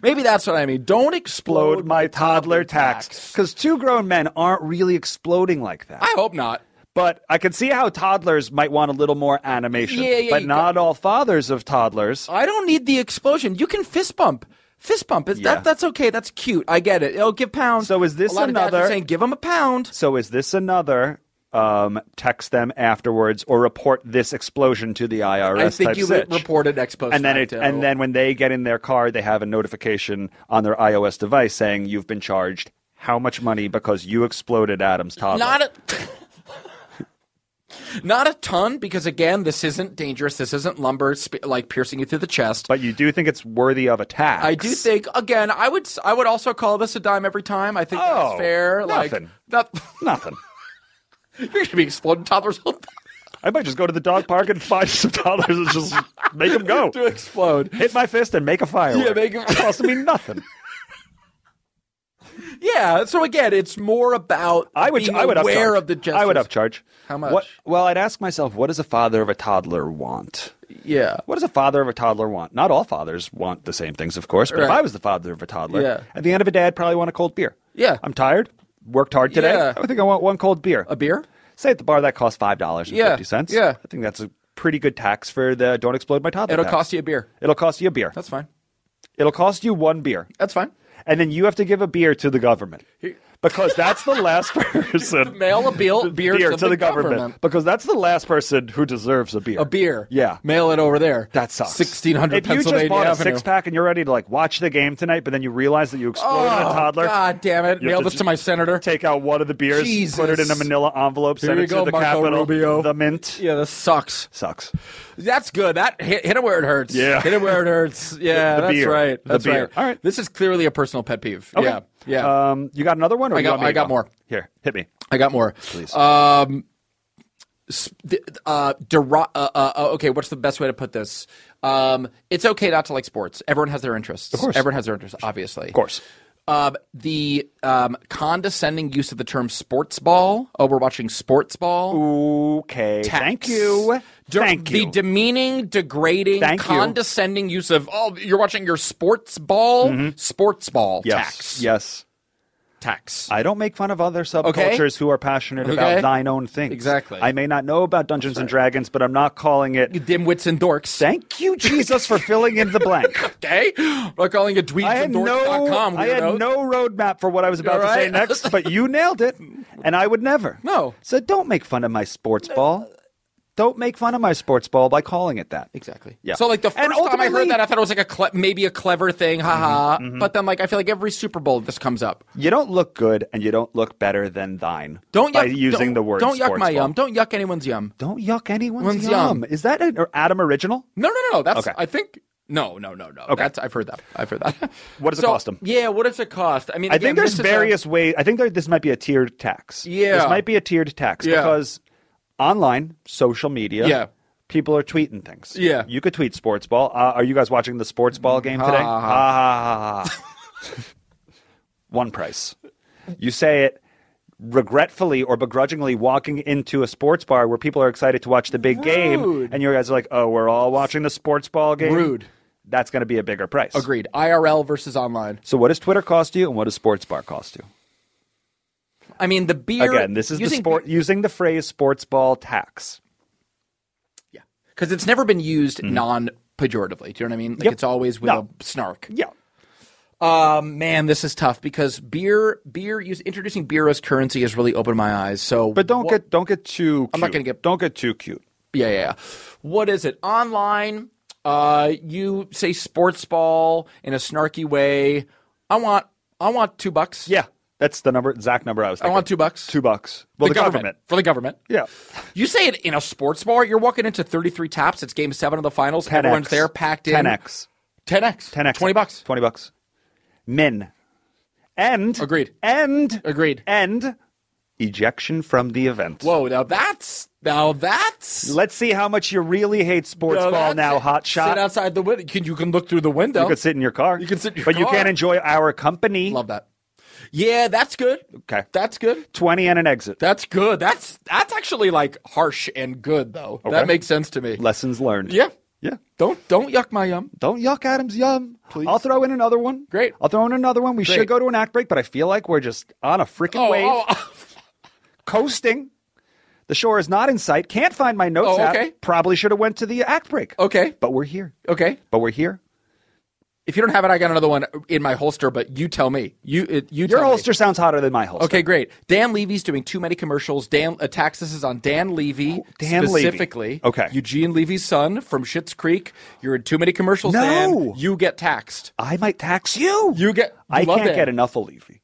[SPEAKER 2] Maybe that's what I mean. Don't explode,
[SPEAKER 3] explode my toddler tax because two grown men aren't really exploding like that.
[SPEAKER 2] I hope not.
[SPEAKER 3] but I can see how toddlers might want a little more animation.
[SPEAKER 2] Yeah, yeah,
[SPEAKER 3] but
[SPEAKER 2] you
[SPEAKER 3] not all fathers of toddlers.
[SPEAKER 2] I don't need the explosion. You can fist bump. Fist bump. Is
[SPEAKER 3] Yeah.
[SPEAKER 2] that that's okay. That's cute. I get it. Oh, give pounds.
[SPEAKER 3] So is this
[SPEAKER 2] a lot Of dads
[SPEAKER 3] another-
[SPEAKER 2] are saying give him a pound?
[SPEAKER 3] So is this another um, text them afterwards or report this explosion to the IRS?
[SPEAKER 2] I think
[SPEAKER 3] type
[SPEAKER 2] you
[SPEAKER 3] sitch?
[SPEAKER 2] reported ex post
[SPEAKER 3] And then it,
[SPEAKER 2] facto.
[SPEAKER 3] and then when they get in their car, they have a notification on their iOS device saying you've been charged how much money because you exploded Adam's toddler.
[SPEAKER 2] not a not a ton because again, this isn't dangerous. This isn't lumber sp- like piercing you through the chest.
[SPEAKER 3] but you do think it's worthy of attack.
[SPEAKER 2] I do think again, I would s- I would also call this a dime every time. I think
[SPEAKER 3] Oh,
[SPEAKER 2] that's fair.
[SPEAKER 3] nothing.
[SPEAKER 2] Like not,
[SPEAKER 3] nothing.
[SPEAKER 2] you're going to be exploding toddlers all day
[SPEAKER 3] I might just go to the dog park and find some toddlers and just make them go.
[SPEAKER 2] to explode.
[SPEAKER 3] Hit my fist and make a firework.
[SPEAKER 2] Yeah, make a-
[SPEAKER 3] cost me nothing.
[SPEAKER 2] Yeah. So again, it's more about
[SPEAKER 3] I would.
[SPEAKER 2] being
[SPEAKER 3] I would
[SPEAKER 2] aware
[SPEAKER 3] upcharge.
[SPEAKER 2] of the gestures.
[SPEAKER 3] I would upcharge.
[SPEAKER 2] How much?
[SPEAKER 3] What, well, I'd ask myself, what does a father of a toddler want?
[SPEAKER 2] Yeah.
[SPEAKER 3] What does a father of a toddler want? Not all fathers want the same things, of course. But if
[SPEAKER 2] Right.
[SPEAKER 3] I was the father of a toddler,
[SPEAKER 2] Yeah.
[SPEAKER 3] at the end of a day, I'd probably want a cold beer.
[SPEAKER 2] Yeah.
[SPEAKER 3] I'm tired. Worked hard today.
[SPEAKER 2] Yeah.
[SPEAKER 3] I think I want one cold beer.
[SPEAKER 2] A beer?
[SPEAKER 3] Say at the bar that costs five dollars and fifty cents.
[SPEAKER 2] Yeah.
[SPEAKER 3] I think that's a pretty good tax for the don't explode my toddler.
[SPEAKER 2] It'll
[SPEAKER 3] tax.
[SPEAKER 2] cost you a beer.
[SPEAKER 3] It'll cost you a beer.
[SPEAKER 2] That's fine.
[SPEAKER 3] It'll cost you one beer.
[SPEAKER 2] That's fine.
[SPEAKER 3] and then you have to give a beer to the government. because that's the last person.
[SPEAKER 2] Mail a beer, beer,
[SPEAKER 3] to, the, government. because that's the last person who deserves a beer.
[SPEAKER 2] A beer.
[SPEAKER 3] Yeah.
[SPEAKER 2] Mail it over there.
[SPEAKER 3] That sucks.
[SPEAKER 2] Sixteen hundred
[SPEAKER 3] If you
[SPEAKER 2] Pennsylvania
[SPEAKER 3] just bought a
[SPEAKER 2] Avenue.
[SPEAKER 3] six pack and you're ready to like watch the game tonight, but then you realize that you exploded a
[SPEAKER 2] oh,
[SPEAKER 3] toddler,
[SPEAKER 2] God damn it!
[SPEAKER 3] You
[SPEAKER 2] Mail
[SPEAKER 3] have to
[SPEAKER 2] this to my
[SPEAKER 3] just
[SPEAKER 2] senator.
[SPEAKER 3] take out one of the beers, put it in a
[SPEAKER 2] Jesus.
[SPEAKER 3] Manila envelope,
[SPEAKER 2] Here
[SPEAKER 3] send
[SPEAKER 2] you
[SPEAKER 3] it to
[SPEAKER 2] go,
[SPEAKER 3] the
[SPEAKER 2] Marco
[SPEAKER 3] Capitol,
[SPEAKER 2] Rubio.
[SPEAKER 3] the mint.
[SPEAKER 2] yeah, this sucks.
[SPEAKER 3] Sucks.
[SPEAKER 2] That's good. That hit, hit it where it hurts.
[SPEAKER 3] Yeah.
[SPEAKER 2] hit it where it hurts. Yeah,
[SPEAKER 3] The- the
[SPEAKER 2] that's
[SPEAKER 3] beer.
[SPEAKER 2] right.
[SPEAKER 3] The
[SPEAKER 2] That's
[SPEAKER 3] beer.
[SPEAKER 2] right.
[SPEAKER 3] All right.
[SPEAKER 2] This is clearly a personal pet peeve.
[SPEAKER 3] Okay.
[SPEAKER 2] Yeah, yeah.
[SPEAKER 3] Um, you got another one? Or
[SPEAKER 2] I
[SPEAKER 3] you
[SPEAKER 2] got-
[SPEAKER 3] want me
[SPEAKER 2] I
[SPEAKER 3] to
[SPEAKER 2] got
[SPEAKER 3] go?
[SPEAKER 2] more.
[SPEAKER 3] Here, hit me.
[SPEAKER 2] I got more.
[SPEAKER 3] Please.
[SPEAKER 2] Um, s- the- uh, deri- uh, uh, uh, okay, what's the best way to put this? Um, it's okay not to like sports. Everyone has their interests. Of
[SPEAKER 3] course.
[SPEAKER 2] Everyone has their interests, obviously. Of
[SPEAKER 3] course.
[SPEAKER 2] Um, the um, condescending use of the term sports ball. Oh, we're watching sports ball.
[SPEAKER 3] Okay.
[SPEAKER 2] Tax.
[SPEAKER 3] Thank you.
[SPEAKER 2] De-
[SPEAKER 3] Thank you.
[SPEAKER 2] The demeaning, degrading,
[SPEAKER 3] Thank you.
[SPEAKER 2] condescending use of oh, you're watching your sports ball, sports ball
[SPEAKER 3] Mm-hmm. yes.
[SPEAKER 2] tax,
[SPEAKER 3] Yes.
[SPEAKER 2] tax.
[SPEAKER 3] I don't make fun of other subcultures who are passionate
[SPEAKER 2] Okay.
[SPEAKER 3] about thine own things.
[SPEAKER 2] Exactly.
[SPEAKER 3] I may not know about Dungeons and Dragons, but I'm not calling it.
[SPEAKER 2] Dimwits and dorks.
[SPEAKER 3] Thank you, Jesus, for filling in the blank.
[SPEAKER 2] okay, I'm not calling it
[SPEAKER 3] I had
[SPEAKER 2] dweebsandorks.com.
[SPEAKER 3] no, I had no roadmap for what I was about
[SPEAKER 2] You're
[SPEAKER 3] to say
[SPEAKER 2] right.
[SPEAKER 3] next, but you nailed it, and I would never.
[SPEAKER 2] No.
[SPEAKER 3] So don't make fun of my sports ball. Don't make fun of my sports ball by calling it that.
[SPEAKER 2] Exactly.
[SPEAKER 3] Yeah.
[SPEAKER 2] So like the first
[SPEAKER 3] And
[SPEAKER 2] time I
[SPEAKER 3] ultimately- Mm-hmm.
[SPEAKER 2] heard that, I thought it was like a cle- maybe a clever thing, haha. But then like I feel like every Super Bowl this comes up.
[SPEAKER 3] You don't look good, and you don't look better than thine.
[SPEAKER 2] Don't yuck,
[SPEAKER 3] by using
[SPEAKER 2] don't-
[SPEAKER 3] the word.
[SPEAKER 2] Don't yuck
[SPEAKER 3] sports
[SPEAKER 2] my
[SPEAKER 3] ball.
[SPEAKER 2] yum. Don't yuck anyone's yum.
[SPEAKER 3] Don't yuck anyone's
[SPEAKER 2] One's
[SPEAKER 3] yum.
[SPEAKER 2] yum.
[SPEAKER 3] Is that an Adam original?
[SPEAKER 2] No, no, no, no. That's
[SPEAKER 3] Okay.
[SPEAKER 2] I think no, no, no, no. That's I've heard that. I've heard that.
[SPEAKER 3] What does it
[SPEAKER 2] So,
[SPEAKER 3] cost 'em?
[SPEAKER 2] Yeah, what does it cost? I mean,
[SPEAKER 3] I
[SPEAKER 2] again,
[SPEAKER 3] think there's
[SPEAKER 2] this is a-
[SPEAKER 3] various ways. I think there, this might be a tiered tax.
[SPEAKER 2] Yeah.
[SPEAKER 3] This might be a tiered tax
[SPEAKER 2] Yeah.
[SPEAKER 3] because online, social media,
[SPEAKER 2] Yeah.
[SPEAKER 3] people are tweeting things.
[SPEAKER 2] Yeah.
[SPEAKER 3] You could tweet sports ball. Uh, are you guys watching the sports ball game today?
[SPEAKER 2] ha,
[SPEAKER 3] ha, ha, ha. One price. You say it regretfully or begrudgingly walking into a sports bar where people are excited to watch the big game
[SPEAKER 2] Rude.
[SPEAKER 3] and you guys are like, oh, we're all watching the sports ball game.
[SPEAKER 2] Rude.
[SPEAKER 3] That's going to be a bigger price.
[SPEAKER 2] agreed IRL versus online.
[SPEAKER 3] So what does Twitter cost you and what does sports bar cost you?
[SPEAKER 2] I mean, the beer
[SPEAKER 3] Again, this is the
[SPEAKER 2] using-
[SPEAKER 3] sport using the phrase sports ball tax.
[SPEAKER 2] Yeah, because it's never been used non pejoratively. Do you know what I mean? Like
[SPEAKER 3] Mm-hmm. Yep.
[SPEAKER 2] it's always with
[SPEAKER 3] No.
[SPEAKER 2] a snark.
[SPEAKER 3] Yeah.
[SPEAKER 2] Um, man, this is tough because beer, beer use introducing beer as currency has really opened my eyes. So,
[SPEAKER 3] But don't
[SPEAKER 2] what-
[SPEAKER 3] get don't get too cute.
[SPEAKER 2] I'm not gonna get-
[SPEAKER 3] don't get too cute.
[SPEAKER 2] yeah, yeah, yeah. What is it online? Uh, you say sports ball in a snarky way. I want, I want two bucks.
[SPEAKER 3] Yeah. That's the number exact number I was
[SPEAKER 2] I
[SPEAKER 3] thinking.
[SPEAKER 2] want two bucks.
[SPEAKER 3] Two bucks. Well the, government.
[SPEAKER 2] for the government.
[SPEAKER 3] Yeah.
[SPEAKER 2] You say it in a sports bar. You're walking into 33 taps. It's game seven of the finals.
[SPEAKER 3] 10x.
[SPEAKER 2] Everyone's there, packed in.
[SPEAKER 3] 10x.
[SPEAKER 2] 10x.
[SPEAKER 3] 10x.
[SPEAKER 2] 20 bucks.
[SPEAKER 3] 20 bucks. Min. And
[SPEAKER 2] Agreed.
[SPEAKER 3] And
[SPEAKER 2] Agreed.
[SPEAKER 3] And ejection from the event.
[SPEAKER 2] Whoa, now that's now that's
[SPEAKER 3] Let's see how much you really hate sports
[SPEAKER 2] now
[SPEAKER 3] ball
[SPEAKER 2] that's
[SPEAKER 3] now,
[SPEAKER 2] it.
[SPEAKER 3] hot shot.
[SPEAKER 2] Sit outside the window. Can, you can look through the window.
[SPEAKER 3] you could sit in your car.
[SPEAKER 2] You can sit in your
[SPEAKER 3] But you
[SPEAKER 2] car.
[SPEAKER 3] can't enjoy our company.
[SPEAKER 2] Love that. Yeah, that's good.
[SPEAKER 3] Okay.
[SPEAKER 2] That's good.
[SPEAKER 3] 20 and an exit.
[SPEAKER 2] That's good. That's that's actually like harsh and good though.
[SPEAKER 3] Okay.
[SPEAKER 2] That makes sense to me.
[SPEAKER 3] Lessons learned.
[SPEAKER 2] Yeah.
[SPEAKER 3] Yeah.
[SPEAKER 2] Don't don't yuck my yum.
[SPEAKER 3] Don't yuck Adam's yum. Please. I'll throw in another one.
[SPEAKER 2] Great.
[SPEAKER 3] I'll throw in another one. We should
[SPEAKER 2] Great.
[SPEAKER 3] go to an act break, but I feel like we're just on a freaking
[SPEAKER 2] Oh,
[SPEAKER 3] wave,
[SPEAKER 2] oh, oh,
[SPEAKER 3] coasting. The shore is not in sight. Can't find my notes
[SPEAKER 2] Oh,
[SPEAKER 3] app.
[SPEAKER 2] okay.
[SPEAKER 3] Probably should have went to the act break.
[SPEAKER 2] okay.
[SPEAKER 3] But we're here.
[SPEAKER 2] Okay.
[SPEAKER 3] But we're here.
[SPEAKER 2] If you don't have it, I got another one in my holster, but you tell me. You it, you
[SPEAKER 3] Your
[SPEAKER 2] tell me.
[SPEAKER 3] holster sounds hotter than my holster.
[SPEAKER 2] Okay, great. Dan Levy's doing too many commercials. Dan attacks this is on Dan Levy
[SPEAKER 3] Oh, Dan Levy.
[SPEAKER 2] specifically.
[SPEAKER 3] Okay.
[SPEAKER 2] Eugene Levy's son from Schitt's Creek. You're in too many commercials,
[SPEAKER 3] No!
[SPEAKER 2] Dan. You get taxed.
[SPEAKER 3] I might tax you.
[SPEAKER 2] You get you
[SPEAKER 3] I
[SPEAKER 2] love
[SPEAKER 3] can't
[SPEAKER 2] Dan.
[SPEAKER 3] get enough of Levy.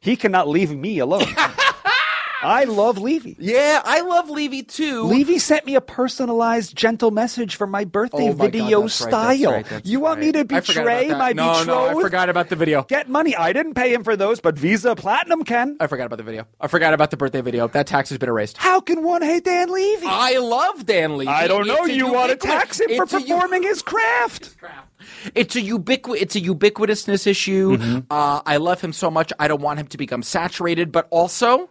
[SPEAKER 3] He cannot leave me alone. I love Levy.
[SPEAKER 2] Yeah, I love Levy too.
[SPEAKER 3] Levy sent me a personalized gentle message for my birthday
[SPEAKER 2] Oh my God,
[SPEAKER 3] video
[SPEAKER 2] that's right,
[SPEAKER 3] style.
[SPEAKER 2] that's right, that's
[SPEAKER 3] you want me to
[SPEAKER 2] right. I forgot about
[SPEAKER 3] betray
[SPEAKER 2] that.
[SPEAKER 3] my
[SPEAKER 2] no,
[SPEAKER 3] betrothed?
[SPEAKER 2] No, I forgot about the video.
[SPEAKER 3] Get money. I didn't pay him for those, but Visa Platinum can.
[SPEAKER 2] I forgot about the video. I forgot about the birthday video. That tax has been erased.
[SPEAKER 3] How can one hate Dan Levy?
[SPEAKER 2] I love Dan Levy.
[SPEAKER 3] I don't know.
[SPEAKER 2] It's a
[SPEAKER 3] You want to
[SPEAKER 2] ubiquitous-
[SPEAKER 3] tax him for
[SPEAKER 2] it's a u-
[SPEAKER 3] performing his craft.
[SPEAKER 2] It's a ubiqui- it's a ubiquitousness issue.
[SPEAKER 3] Mm-hmm.
[SPEAKER 2] Uh, I love him so much. I don't want him to become saturated, but also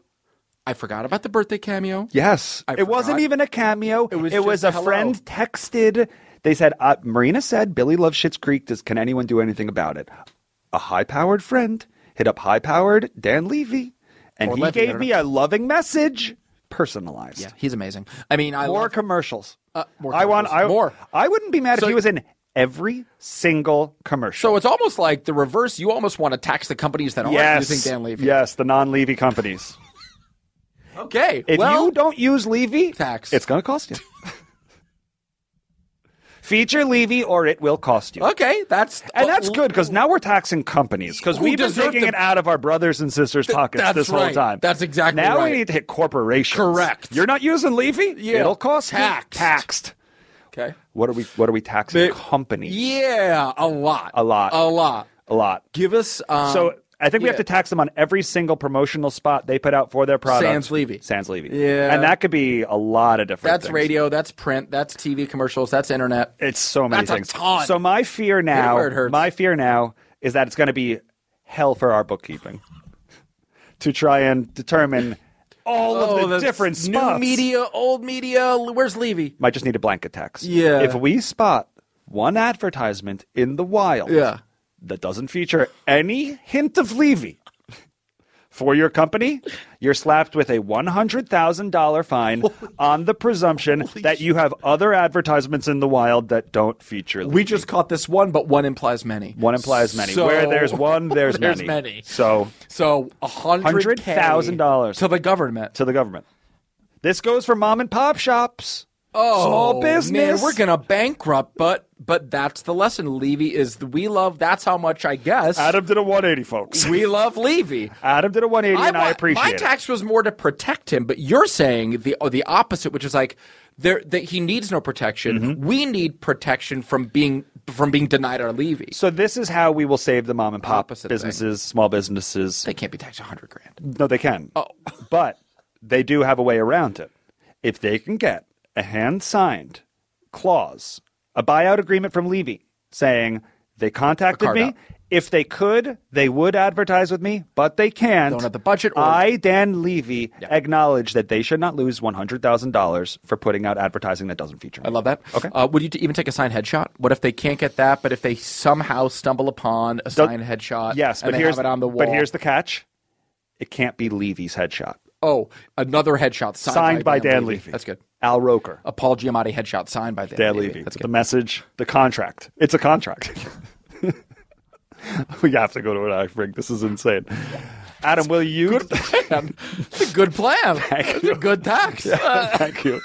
[SPEAKER 2] I forgot about the birthday cameo.
[SPEAKER 3] Yes.
[SPEAKER 2] I
[SPEAKER 3] it wasn't
[SPEAKER 2] forgot.
[SPEAKER 3] even a cameo. It
[SPEAKER 2] was
[SPEAKER 3] it was a
[SPEAKER 2] just hello.
[SPEAKER 3] friend texted. They said, uh, Marina said, Billy loves Shit's Creek. Does Can anyone do anything about it? A high powered friend hit up high powered Dan Levy, and
[SPEAKER 2] Or
[SPEAKER 3] he
[SPEAKER 2] Levy, I
[SPEAKER 3] gave
[SPEAKER 2] don't
[SPEAKER 3] me a loving message personalized.
[SPEAKER 2] Yeah, he's amazing. I mean, I
[SPEAKER 3] More
[SPEAKER 2] love-
[SPEAKER 3] commercials.
[SPEAKER 2] more
[SPEAKER 3] I want I,
[SPEAKER 2] commercials. More.
[SPEAKER 3] I wouldn't be mad
[SPEAKER 2] So-
[SPEAKER 3] if he was in every single commercial.
[SPEAKER 2] So it's almost like the reverse. You almost want to tax the companies that aren't
[SPEAKER 3] yes,
[SPEAKER 2] using Dan Levy.
[SPEAKER 3] yes, the non-Levy companies.
[SPEAKER 2] Okay.
[SPEAKER 3] If
[SPEAKER 2] well,
[SPEAKER 3] you don't use Levy,
[SPEAKER 2] Tax.
[SPEAKER 3] it's going to cost you. Feature Levy, or it will cost you.
[SPEAKER 2] okay, that's
[SPEAKER 3] And that's good because now we're taxing companies because
[SPEAKER 2] Who
[SPEAKER 3] we've been
[SPEAKER 2] deserve
[SPEAKER 3] taking
[SPEAKER 2] to-
[SPEAKER 3] it out of our brothers and sisters' pockets
[SPEAKER 2] that's
[SPEAKER 3] this whole
[SPEAKER 2] right.
[SPEAKER 3] time.
[SPEAKER 2] That's exactly
[SPEAKER 3] now
[SPEAKER 2] right.
[SPEAKER 3] we need to hit corporations.
[SPEAKER 2] Correct.
[SPEAKER 3] You're not using Levy.
[SPEAKER 2] Yeah.
[SPEAKER 3] It'll cost you.
[SPEAKER 2] Taxed.
[SPEAKER 3] Taxed.
[SPEAKER 2] Okay.
[SPEAKER 3] What are we? What are we taxing
[SPEAKER 2] The-
[SPEAKER 3] companies?
[SPEAKER 2] Yeah, a lot.
[SPEAKER 3] A lot.
[SPEAKER 2] A lot.
[SPEAKER 3] A lot.
[SPEAKER 2] Give us um,
[SPEAKER 3] so I think we
[SPEAKER 2] yeah.
[SPEAKER 3] have to tax them on every single promotional spot they put out for their product.
[SPEAKER 2] Sans Levy.
[SPEAKER 3] Sans Levy.
[SPEAKER 2] Yeah.
[SPEAKER 3] And that could be a lot of different.
[SPEAKER 2] That's
[SPEAKER 3] things.
[SPEAKER 2] radio. That's print. That's TV commercials. That's internet.
[SPEAKER 3] It's so many
[SPEAKER 2] That's a
[SPEAKER 3] things.
[SPEAKER 2] ton.
[SPEAKER 3] So my fear now,
[SPEAKER 2] where it hurts.
[SPEAKER 3] my fear now is that it's going to be hell for our bookkeeping to try and determine all of the
[SPEAKER 2] Oh, that's
[SPEAKER 3] different
[SPEAKER 2] new
[SPEAKER 3] spots.
[SPEAKER 2] media, old media. Where's Levy?
[SPEAKER 3] Might just need a blanket tax.
[SPEAKER 2] Yeah.
[SPEAKER 3] If we spot one advertisement in the wild,
[SPEAKER 2] Yeah.
[SPEAKER 3] that doesn't feature any hint of Levy. For your company, you're slapped with a $100,000 fine on the presumption that you have other advertisements in the wild that don't feature Levy.
[SPEAKER 2] We just caught this one, but one implies many.
[SPEAKER 3] One implies many.
[SPEAKER 2] So-
[SPEAKER 3] Where there's one, there's,
[SPEAKER 2] There's
[SPEAKER 3] many.
[SPEAKER 2] many.
[SPEAKER 3] So
[SPEAKER 2] So a hundred
[SPEAKER 3] $100,000.
[SPEAKER 2] to the government.
[SPEAKER 3] to the government, this goes for mom and pop shops.
[SPEAKER 2] oh,
[SPEAKER 3] small business.
[SPEAKER 2] Man, we're gonna bankrupt, but but that's the lesson. Levy is the, we love. That's how much I guess
[SPEAKER 3] Adam did a 180, folks.
[SPEAKER 2] we love Levy.
[SPEAKER 3] Adam did a 180, and I
[SPEAKER 2] want-
[SPEAKER 3] appreciate
[SPEAKER 2] my
[SPEAKER 3] it.
[SPEAKER 2] tax was more to protect him, but you're saying the oh, the opposite, which is like there that he needs no protection.
[SPEAKER 3] Mm-hmm.
[SPEAKER 2] We need protection from being from being denied our Levy.
[SPEAKER 3] So this is how we will save the mom and pop
[SPEAKER 2] Opposite thing.
[SPEAKER 3] businesses, small businesses.
[SPEAKER 2] They can't be taxed hundred grand.
[SPEAKER 3] No, they can. Oh. But they do have a way around it. If they can get a hand signed clause, a buyout agreement from Levy saying they contacted
[SPEAKER 2] card
[SPEAKER 3] me.
[SPEAKER 2] out.
[SPEAKER 3] If they could, they would advertise with me, but they can't.
[SPEAKER 2] Don't have the budget or-
[SPEAKER 3] I, Dan Levy, acknowledge that they should not lose $100,000 for putting out advertising that doesn't feature me.
[SPEAKER 2] I love that.
[SPEAKER 3] Okay.
[SPEAKER 2] Uh, would you t- even take a signed headshot? What if they can't get that, but if they somehow stumble upon a signed headshot?
[SPEAKER 3] Yes,
[SPEAKER 2] and
[SPEAKER 3] but
[SPEAKER 2] they
[SPEAKER 3] here's,
[SPEAKER 2] have it on the wall.
[SPEAKER 3] but here's the catch. It can't be Levy's headshot.
[SPEAKER 2] oh, another headshot signed,
[SPEAKER 3] Signed by Dan Levy.
[SPEAKER 2] That's good.
[SPEAKER 3] Al Roker.
[SPEAKER 2] A Paul Giamatti headshot signed by Dan,
[SPEAKER 3] Dan
[SPEAKER 2] Levy.
[SPEAKER 3] Levy.
[SPEAKER 2] That's
[SPEAKER 3] The
[SPEAKER 2] good.
[SPEAKER 3] message, the contract. It's a contract. we have to go to an act break. This is insane. Adam, will you?
[SPEAKER 2] It's a good plan. It's a good tax. Uh,
[SPEAKER 3] Thank you.